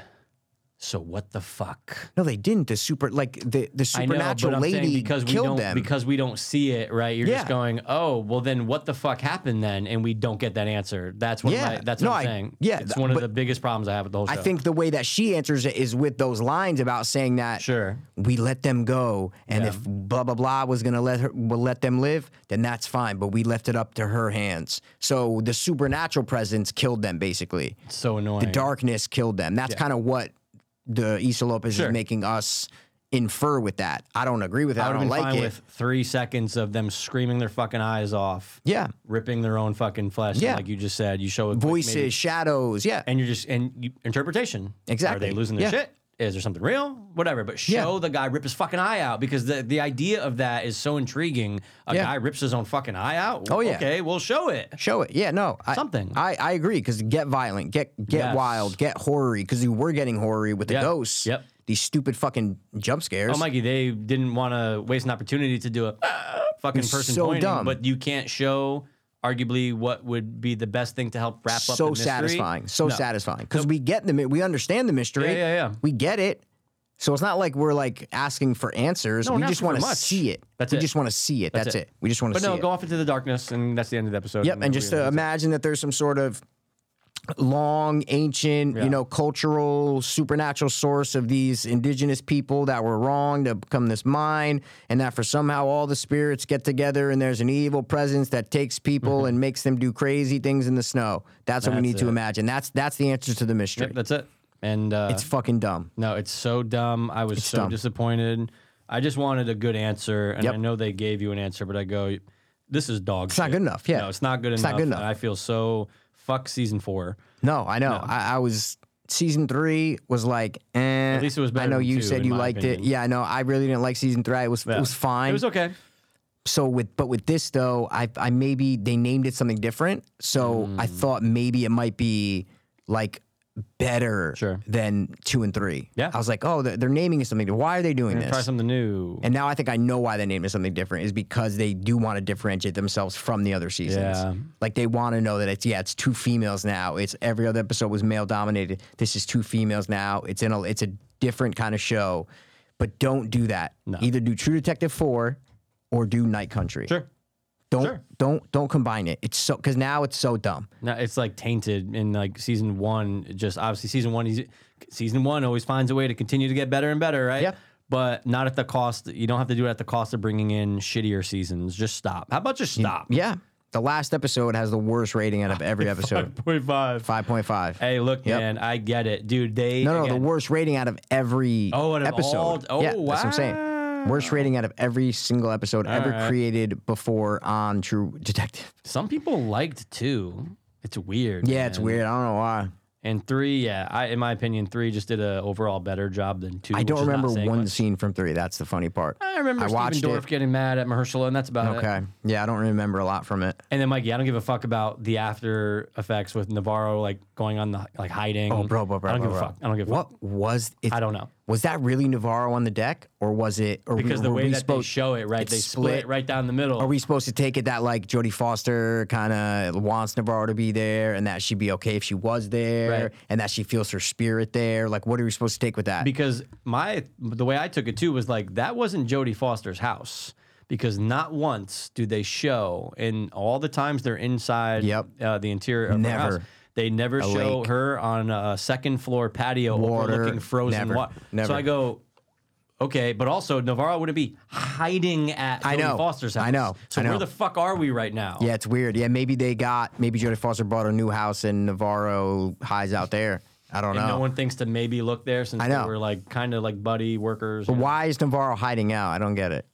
So what the fuck?" No, they didn't. The super like the the I know, but supernatural I'm saying lady because we killed don't them. because we don't see it, right? You're Yeah. just going, "Oh, well, then what the fuck happened then?" And we don't get that answer. That's what Yeah. my, that's what No, I'm I- saying. yeah, it's th- one of but- the biggest problems I have with the whole show. I think the way that she answers it is with those lines about saying that sure. we let them go, and Yeah. if blah blah blah was gonna let her will let them live, then that's fine. But we left it up to her hands. So the supernatural presence killed them basically. It's so annoying. the darkness killed them. That's kind of what the Issa Lopez Sure. is making us infer with that. I don't agree with that. I, I would have don't been like fine it. with three seconds of them screaming their fucking eyes off, yeah. ripping their own fucking flesh. Yeah. like you just said, you show a quick Voices, maybe- shadows. Yeah. and you're just and you, interpretation. Exactly. Are they losing their Yeah. shit? Is there something real? Whatever. But show the guy rip his fucking eye out because the the idea of that is so intriguing. A Yeah. guy rips his own fucking eye out. Oh, yeah. Okay, we'll show it. Show it. Yeah, no. I, Something. I, I agree because get violent, get get Yes. wild, get horror because you were getting horror with the Yeah. ghosts. Yep. These stupid fucking jump scares. Oh, Mikey, they didn't want to waste an opportunity to do a fucking person so pointing, dumb. but you can't show arguably what would be the best thing to help wrap up. the so mystery. satisfying. So No. satisfying because we get the mi- we understand the mystery. Yeah, yeah, yeah. We get it. So it's not like we're like asking for answers. we're we not just asking for want to much. see it. That's we it. just want to see it. That's, it. it. We just want to But see no, it. go off into the darkness, and that's the end of the episode. Yep, and uh, we- just to imagine that there's some sort of long, ancient, Yeah. you know, cultural, supernatural source of these indigenous people that were wrong to become this mine, and that for somehow all the spirits get together and there's an evil presence that takes people and makes them do crazy things in the snow. That's, what we Mm-hmm. That's need to it. imagine. That's that's the answer to the mystery. Yep, that's it. And uh, it's fucking dumb. no, it's so dumb. I was so dumb. disappointed. I just wanted a good answer, and Yep. I know they gave you an answer, but I go, this is dog. It's not good enough, yeah. no, it's not good enough. not good and enough. I feel so fuck season four. No, I know. I, I was season three was like, eh. At least it was I better know than you two, said in you my liked it. opinion. Yeah, I know. I really didn't like season three. It was Yeah. it was fine. It was okay. so with but with this though, I I maybe they named it something different. So Mm. I thought maybe it might be like better Sure. than two and three. Yeah. I was like, oh, they're, they're naming it something. Why are they doing Try this? something new. And now I think I know why they named it something different is because they do want to differentiate themselves from the other seasons. Yeah. Like they want to know that it's yeah, it's two females now. It's every other episode was male dominated. This is two females now. It's in a it's a different kind of show. But don't do that. Either do True Detective 4 or do Night Country. sure. Don't sure. don't don't combine it. It's so cuz now it's so dumb. No, it's like tainted in like season one. it Just obviously season one, he's- season one always finds a way to continue to get better and better, right? Yeah. But not at the cost. You don't have to do it at the cost of bringing in shittier seasons. Just stop. How about just stop? Yeah. The last episode has the worst rating out of every episode. Point five. 5.5. Hey, look, Yep. man, I get it, dude. They No, no, again, the worst rating out of every Oh, out of episode. all- oh, yeah, that's what I'm saying. Worst rating out of every single episode ever right. created before on True Detective. some people liked two. It's weird. Yeah, it's man. weird. I don't know why. And three, yeah, I in my opinion, three just did a overall better job than two. I don't remember one Much. scene from three. That's the funny part. I remember I Steven watched Dorff it. getting mad at Mahershala, and that's about it. Okay. Yeah, I don't remember a lot from it. And then Mikey, I don't give a fuck about the after effects with Navarro like going on the like hiding. Oh, bro, bro, bro. I don't bro, give a bro. fuck. I don't give a fuck. What was it? I don't know Was that really Navarro on the deck, or was it? Or because the were way we that they supposed- show it, right? it's They split, split. it right down the middle. Are we supposed to take it that like Jodie Foster kind of wants Navarro to be there and that she'd be okay if she was there Right. and that she feels her spirit there? Like, what are we supposed to take with that? because my the way I took it too was like that wasn't Jodie Foster's house because not once do they show in all the times they're inside Yep. uh, the interior of her house. Never. They never show lake. her on a second floor patio Water. overlooking frozen Never. water. Never. So I go, okay, but also Navarro wouldn't be hiding at Jodie I know. Foster's house. I know. So I where know. the fuck are we right now? yeah, it's weird. Yeah, maybe they got, maybe Jodie Foster bought a new house and Navarro hides out there. I don't And know. no one thinks to maybe look there since I they know. were like kind of like buddy workers. you know? Why is Navarro hiding out? I don't get it.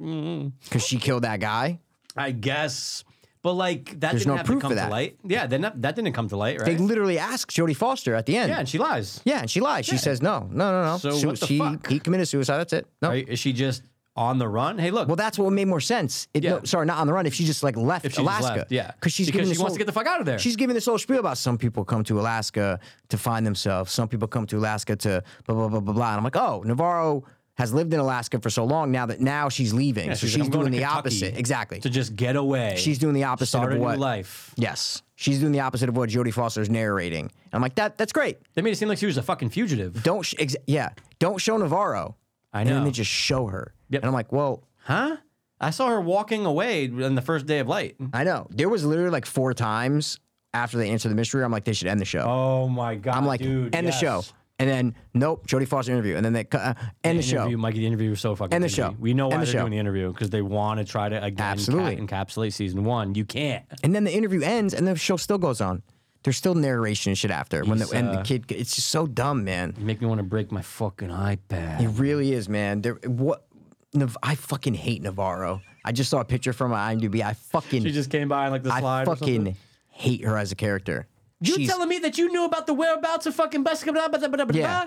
Mm. Because she killed that guy? I guess. But like that didn't no have proof to of come to that. light. Yeah, then that, that didn't come to light, They right? literally asked Jodie Foster at the end. yeah, and she lies. Yeah, and she lies. She says no, no, no, no. So Sui- what the she, fuck? He committed suicide. That's it. No. Are- Is she just on the run? Hey, look. Well, that's what made more sense. It, no, Yeah. sorry, not on the run. If she just like left if she Alaska, just left, yeah, because she's because giving she this wants whole- to get the fuck out of there. She's giving this whole spiel about some people come to Alaska to find themselves. Some people come to Alaska to blah blah blah blah blah. And I'm like, oh, Navarro has lived in Alaska for so long now that now she's leaving. so she's she's, like, "I'm going doing to the Kentucky opposite. Exactly. to just get away. She's doing the opposite start a of new what. life. Yes, she's doing the opposite of what Jodie Foster's narrating. I'm like, that that's great. They made it seem like she was a fucking fugitive. Don't sh- ex- yeah, don't show Navarro. I And then know. they just show her. Yep. And I'm like, well, Huh? I saw her walking away on the first day of light. I know. There was literally like four times after they answered the mystery. I'm like, they should end the show. Oh my god! I'm like, dude, end yes. the show. And then, nope, Jodie Foster interview. And then they cut, uh, end the, show. Interview, Mikey, the interview was so fucking. And the cringy. show. We know why And the they're show. doing the interview because they want to try to again Absolutely. cap- encapsulate season one. You can't. And then the interview ends and the show still goes on. There's still narration and shit after. When the, and uh, the kid, it's just so dumb, man. You make me want to break my fucking iPad. It really is, man. There, what, Nav- I fucking hate Navarro. I just saw a picture from her on IMDb. I She fucking, just came by on like the slide. I or something. fucking hate her as a character. You She's- telling me that you knew about the whereabouts of fucking bus? Blah, blah, blah, blah, blah. Yeah.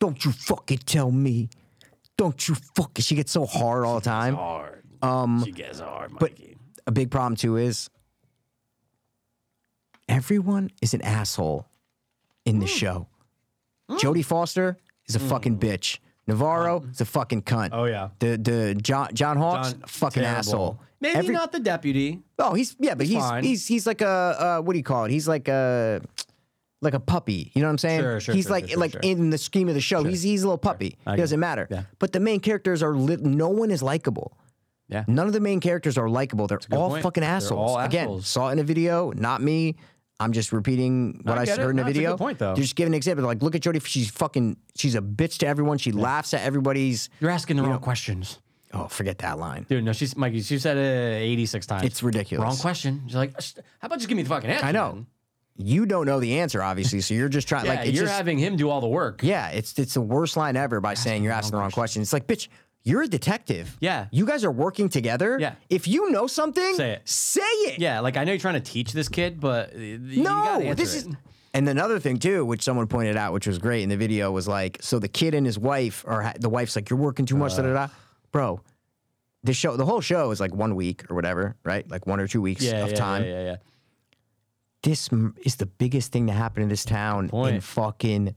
Don't you fucking tell me. Don't you fucking. She gets so hard all the time. Hard. Um. She gets hard, Mikey. A big problem too is everyone is an asshole in Mm. this show. Jodie Foster is a fucking bitch. Navarro is a fucking cunt. Mm. Oh, yeah. The the John John Hawks John- fucking terrible. asshole. Maybe Every- not the deputy. Oh, he's yeah, but he's fine. he's he's, like a uh, what do you call it? He's like a like a puppy. You know what I'm saying? Sure, sure, he's sure, like sure, sure, like sure. in the scheme of the show, he's he's a little puppy. It doesn't matter. Yeah. But the main characters are li- no one is likable. Yeah. None of the main characters are likable. They're good all point. fucking They're assholes. all Again, assholes. saw it in a video, not me. I'm just repeating what I I, get it. heard in No, a it's a good video. point, though. Just give an example. Like, look at Jodie. She's fucking. She's a bitch to everyone. She laughs at everybody's. You're asking the wrong questions. Oh, forget that line. Dude, no, she's Mikey. She said it 86 times. It's ridiculous. wrong question. She's like, "Sh- how about just give me the fucking answer? I know. then?" You don't know the answer, obviously. So you're just trying. Yeah, like, it's you're just, having him do all the work. Yeah, it's it's the worst line ever by saying you're asking the wrong question. It's like, bitch, you're a detective. Yeah. You guys are working together. Yeah. If you know something, Say it. Say it. Yeah, like I know you're trying to teach this kid, but uh, you No, gotta answer this it. is. And another thing too, which someone pointed out, which was great in the video, was like, so the kid and his wife are ha- the wife's like, you're working too much, da da da, Uh. bro. The show, the whole show is like one week or whatever, right? Like one or two weeks yeah, of yeah, time. Yeah, yeah, yeah. This m- is the biggest thing to happen in this town in point. fucking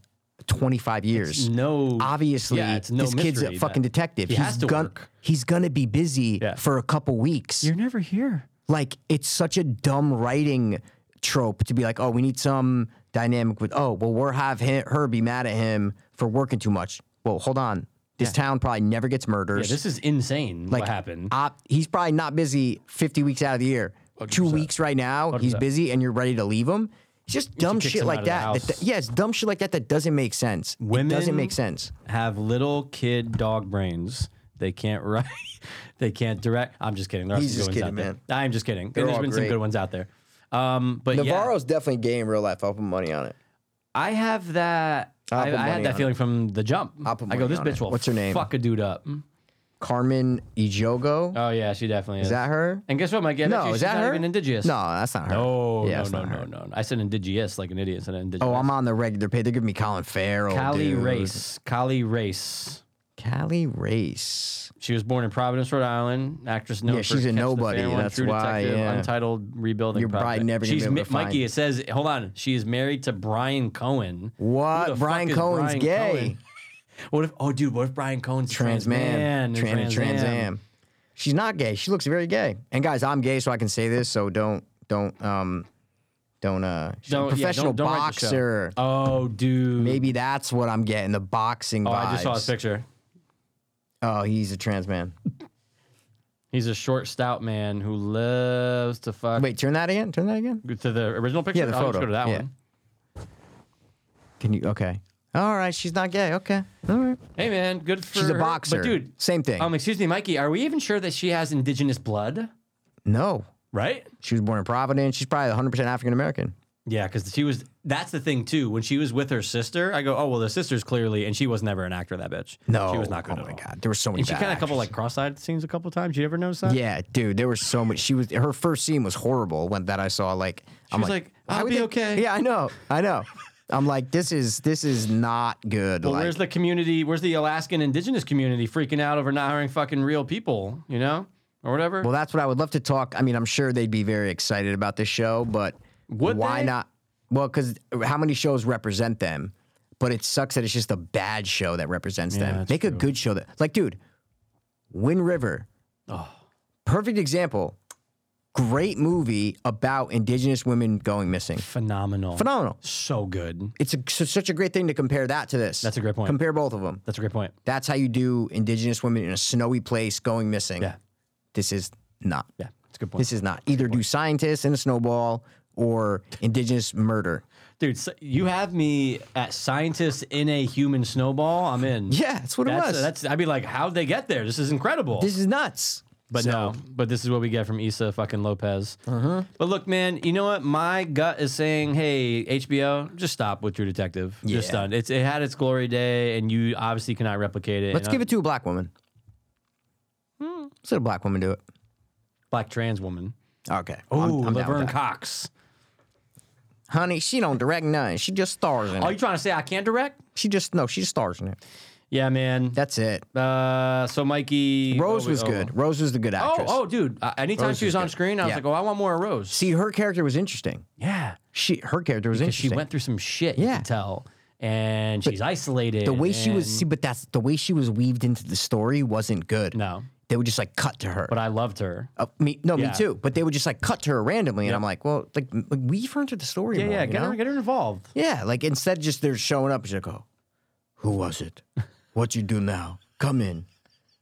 25 years. No, obviously Yeah, it's no this kid's a mystery fucking that detective. he he's has to gon- work. he's gonna be busy Yeah. for a couple weeks. You're never here. like it's such a dumb writing trope to be like, oh, we need some dynamic with oh, well, we'll have hi- her be mad at him for working too much. Well, hold on. This town probably never gets Yeah, murders. this is insane. like what happened? uh, he's probably not busy 50 weeks out of the year. 2 weeks right now, he's busy and you're ready to leave him. It's just dumb kicks shit him like out of that. the that house. yeah, it's dumb shit like that that doesn't make sense. it doesn't Women- make sense. Have little kid dog brains. They can't write. they can't direct. I'm just kidding. There are He's some good just ones kidding, out man. there. I'm just kidding. There's all been some great. good ones out there. Um, but yeah, Navarro's definitely gay in real life. I'll put money on it. I have that. I'll I, put I money had on that it. feeling from the jump. I'll put I go, money this on bitch it. will What's her name? fuck a dude up. Mm. Carmen Ijogo. Oh yeah, she definitely is. is that her? and guess what, Mike? No, she's is that not her? even indigenous. No, that's not her. Oh yeah, that's no, no, not no, her. no, no. I said indigenous like an idiot. I said indigenous. Oh, I'm on the regular page. They're giving me Colin Farrell. Callie Oh, dude. Race. Callie Race. Callie Race. She was born in Providence, Rhode Island. Actress known Yeah, for she's a Catch the nobody, Phantom, that's True why, Detective, yeah. Untitled Rebuilding. You're probably Project. never gonna she's be able mi- to Mikey. find- It says, hold on, she is married to Brian Cohen. Who What? the fuck Brian is Cohen's Brian gay. Cohen? What if? Oh, dude, what if Brian Cohen's a Trans man. and Tran- Trans, am. She's not gay. She looks very gay. And guys, I'm gay, so I can say this. So don't, don't, um, don't. Uh, she's Don't- a yeah, professional don't- don't write the show. boxer. Oh, dude. Maybe that's what I'm getting. The boxing Oh, vibes. I just saw his picture. Oh, he's a trans man. He's a short, stout man who loves to fuck. Wait, turn that again. Turn that again. to the original picture. Yeah, the Oh, let's photo. go to that Yeah. one. Can you? Okay. All right. She's not gay. Okay. All right. Hey, man, good for. She's her. a boxer. But dude, same thing. um, excuse me, Mikey. Are we even sure that she has indigenous blood? no, Right? she was born in Providence. She's probably 100 percent African American. Yeah, because she was. That's the thing too. When she was with her sister, I go, oh well, the sister's clearly, and she was never an actor. That bitch. No, she was not good Oh at my all. god, there were so many. And she bad kind of couple actors. like cross-eyed scenes a couple times. You ever notice that? Yeah, dude, there were so much. She was her first scene was horrible. When that I saw, like, she I'm was like, why "I'll would be they-" okay. Yeah, I know, I know. I'm like, this is this is not good. Well, like, where's the community? Where's the Alaskan indigenous community freaking out over not hiring fucking real people? You know, or whatever. well, that's what I would love to talk. I mean, I'm sure they'd be very excited about this show, but Would why they? not? Well, because how many shows represent them? But it sucks that it's just a bad show that represents them. that's Make a good show that, like, dude, Wind River, perfect example. Great movie about indigenous women going missing. phenomenal. Phenomenal. So good. it's a, su- such a great thing to compare that to this. That's a great point. Compare both of them. That's a great point. That's how you do indigenous women in a snowy place going missing. Yeah. This is not. Yeah, it's a good point. This is not. Either do scientists in a snowball or indigenous murder. Dude, s- you have me at scientists in a human snowball. I'm in. Yeah, that's what that's, uh, it was. That's. I'd be like, how'd they get there? This is incredible. this is nuts. but So, Uh-huh. no. But this is what we get from Issa fucking Lopez. But look, man, you know what? My gut is saying, hey, HBO, just stop with True Detective. Just Yeah. done. It's it had its glory day, and you obviously cannot replicate it. Let's give it to a black woman. Let's let a black woman do it. black trans woman. Okay. Oh, I'm- I'm down with Laverne that. Cox. Honey, she don't direct none. She just stars in Are it. you trying to say I can't direct? She just no, she just stars in it. Yeah, man. That's it. Uh, so Mikey Rose oh, we- was oh. good. Rose was the good Oh, actress. oh, dude! Uh, anytime Rose she is was on good. screen, I was Yeah. like, "Oh, I want more of Rose." See, her character was interesting. yeah, She her character was 'Cause she interesting. went through some shit. you Yeah. could tell, and she's isolated. The way she was, and- see, but that's the way she was weaved into the story wasn't good. No, They would just like cut to her. but I loved her. Uh, me, no, Yeah. me too. But they would just like cut to her randomly, and I'm like, well, like, m- like weave her into the story. Yeah, more, yeah. you Get know? her, get her involved. yeah. Like instead, just they're showing up. She's like, oh, who was it? What you do now? Come in.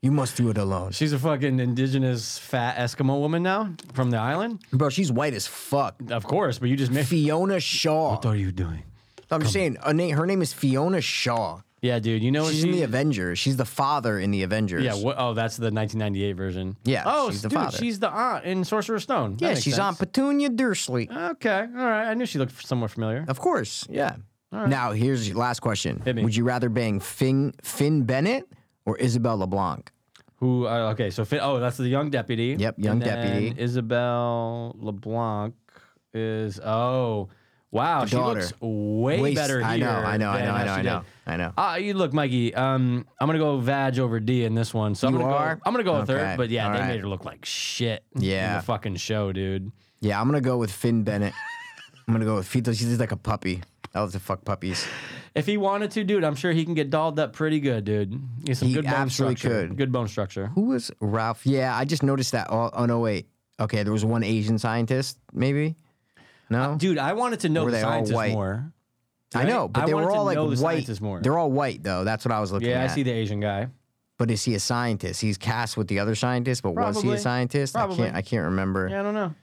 You must do it alone. She's a fucking indigenous fat Eskimo woman now from the island. Bro, she's white as fuck. Of course, but you just made. Fiona Shaw. What are you doing? I'm just saying, a name, her name is Fiona Shaw. Yeah, dude. You know what She's she, in the Avengers. She's the father in the Avengers. Yeah. What, oh, that's the 1998 version. Yeah, Oh, she's she's the the dude, father. she's the aunt in Sorcerer's Stone. That yeah, makes she's on sense. Petunia Dursley. Okay. All right. I knew she looked somewhat familiar. Of course. Yeah. Now here's your last question. me. Would you rather bang Finn Finn Bennett or Isabel LeBlanc? Who? Uh, okay. So Finn. Oh, that's the young deputy. Yep, young And then deputy. Isabel LeBlanc is. Oh, wow. she daughter. looks way Waste- better here. I know, I know, I than know, I know, how she I know, did. I know. Uh, you look, Mikey. Um, I'm gonna go Vag over D in this one. So I'm You gonna are? go. I'm gonna go with Okay, her. But yeah, all they right. made her look like shit. in Yeah. the fucking show, dude. Yeah, I'm gonna go with Finn Bennett. I'm gonna go with Fito. She's like a puppy. I love to fuck puppies. If he wanted to, dude, I'm sure he can get dolled up pretty good, dude. He has some He good bone absolutely structure. could. Good bone structure. Who was Ralph? Yeah, I just noticed that. Oh, oh no, wait. Okay, there was one Asian scientist, maybe. No, Dude, I wanted to know Were the they all scientists white? more. I know, but I they wanted were to all like know the white. scientists more. They're all white though. That's what I was looking Yeah, at. I see the Asian guy. But is he a scientist? He's cast with the other scientist, but was he a Probably. scientist? I Probably. can't. I can't remember. Yeah, I don't know.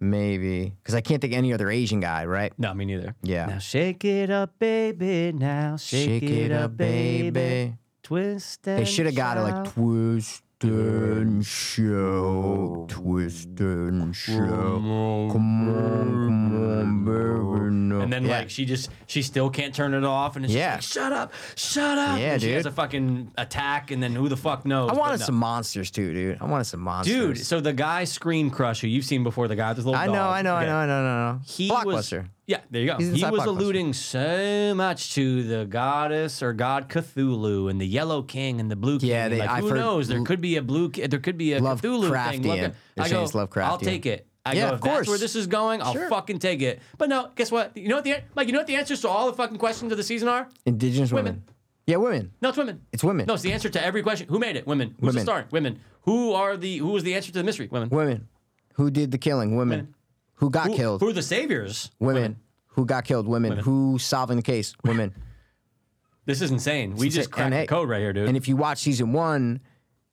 Maybe because I can't think of any other Asian guy, right? No, me neither. Yeah. Now shake it up, baby. Now shake, it, up, baby. Twist and They should have got it like shout. twist and Oh. show, twist and show. Come on, baby, no. And then yeah. like she just she still can't turn it off, and it's Yeah. just like shut up, shut up. Yeah, and She has a dude. fucking attack, and then who the fuck knows? I but wanted no. some monsters too, dude. I wanted some monsters, dude. So the guy Screen Crush, who you've seen before, the guy with his little I know, dog, I know, I okay. know, I know, I know. He was, Blockbuster. yeah, there you go. He's He inside was Blockbuster. alluding so much to the goddess or god Cthulhu and the Yellow King and the Blue King. Yeah, they- like, I've who heard knows? There could be a blue. Ki- There could be a Cthulhu Lovecraftian. thing. They're I saying go. it's I'll Lovecraftian. take it. I Yeah, go, of if that's course. where this is going, I'll Sure. fucking take it. But no, guess what? You know what the an- like you know what the answers to all the fucking questions of the season are? Indigenous women. Women. Yeah, women. No, it's women. It's women. No, it's the answer to every question. Who made it? Women. Who's Women. the star? Women. Who are the who was the answer to the mystery? Women. Women. Who did the killing? Women. Who got Who, killed? who are the saviors? women. Who got killed? Women. Who solving the case? Women. This is insane. We just And cracked hey- the code right here, dude. And if you watch season one,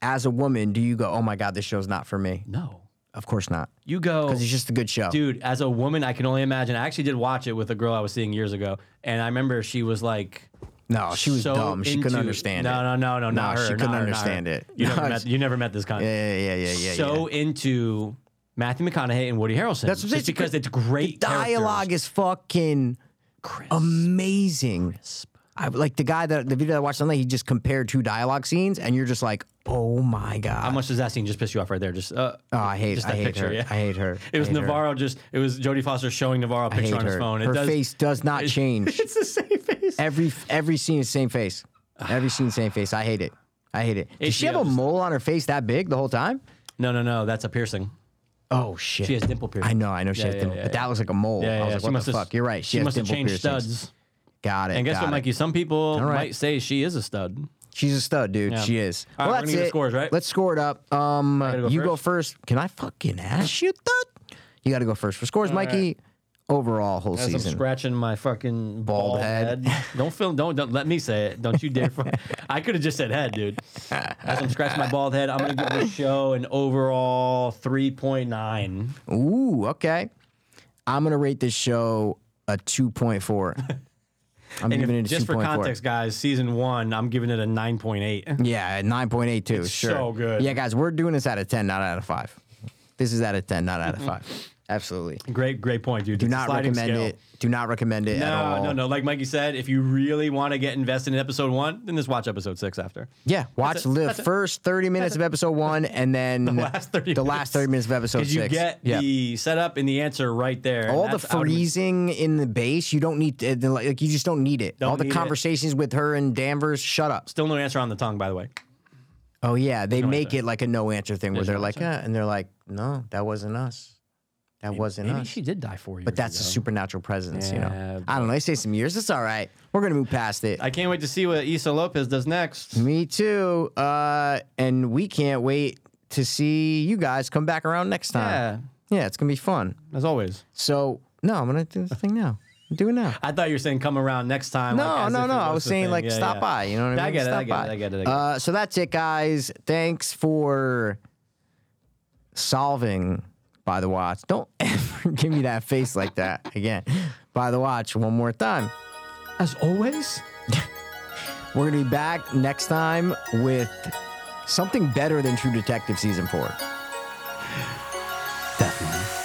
as a woman, do you go, "Oh my god, this show's not for me"? no. Of course not, You go, because it's just a good show. dude. As a woman, I can only imagine. I actually did watch it with a girl I was seeing years ago, and I remember she was like, no, she was so dumb. She couldn't into- understand No, it. no, no, no, not No, her. she couldn't not her, not her. understand it. You No, never met. she- You never met this kind. Yeah, yeah, yeah, yeah, yeah. so into Matthew McConaughey and Woody Harrelson. That's what I'm saying. just because it's great yeah. dialogue is fucking Crisp. amazing. I, like the guy that the video I watched online, he just compared two dialogue scenes, and you're just like, "Oh my How god!" much does that scene just piss you off right there? Just uh, oh, I hate, just I that hate picture, her. yeah. I hate her. it was I hate her. Navarro. Just it was Jodie Foster showing Navarro a I hate picture on her. his phone. It her does, face does not change. It's the same face. Every every scene is same face. Every scene same face. I hate it. I hate it. Does she have a HBO 's- mole on her face that big the whole time? No, no, no. That's a piercing. Oh shit. She has dimple piercing. I know, I know she Yeah, has yeah, dimple, yeah, but yeah. that was like a mole. Yeah, I was yeah, like, she what must the have- fuck? You're right. She, she has must have dimple changed piercings. studs. Got it. And guess got what, it. Mikey? Some people right. might say she is a stud. She's a stud, dude. Yeah. She is. All right, well, we're that's gonna it. do scores, right? Let's score it up. Um, go you first? go first. Can I fucking ask you that? You got to go first for scores, Mikey. Overall, whole As I'm season. scratching my fucking Bald bald, head. head. Don't feel. Don't don't let me say it. Don't you dare. fu- I could have just said head, dude. As I'm scratching my bald head, I'm gonna give this show an overall three point nine. Ooh, okay. I'm gonna rate this show a 2.4. I'm And giving if, it a just 2.4. for context, guys, season one, I'm giving it a nine point eight. Yeah, nine point eight two. Sure. so good. Yeah, guys, we're doing this out of ten, not out of five. This is out of ten, not out of five. Absolutely. Great, great point, dude. Do not recommend it. Do not recommend it at all. No, no, no. Like Mikey said, if you really want to get invested in episode one, then just watch episode six after. Yeah, watch it, the that's it. first thirty minutes of episode one, and then the last 30 the minutes. last thirty minutes of episode Because you six. get yeah. the setup and the answer right there. all and the that's- I would- freezing in the base, you don't need uh, like you just don't need it. all the need it. conversations with her and Danvers, shut up. Still no answer on the tongue, by the way. Oh yeah, they make it like a no answer thing where There's they're no like, yeah, and they're like, no, that wasn't us. That wasn't us. did die four years. But that's a supernatural presence, you Yeah, know. I don't know. They say some years. It's all right. We're gonna move past it. I can't wait to see what Issa Lopez does next. Me too. Uh, and we can't wait to see you guys come back around next time. Yeah, Yeah, it's gonna be fun. as always. So no, I'm gonna do the thing now. Do it now. I thought you were saying come around next time. like, No, as no, if it no. I was the saying thing. like Yeah, stop yeah. by. You know what I Yeah, mean? I get it, stop I get by. it, I get it, I get it. Uh, so that's it, guys. Thanks for solving by the watch. Don't ever give me that face like that again. By the watch, one more time. As always. We're gonna be back next time with something better than True Detective season four. Definitely.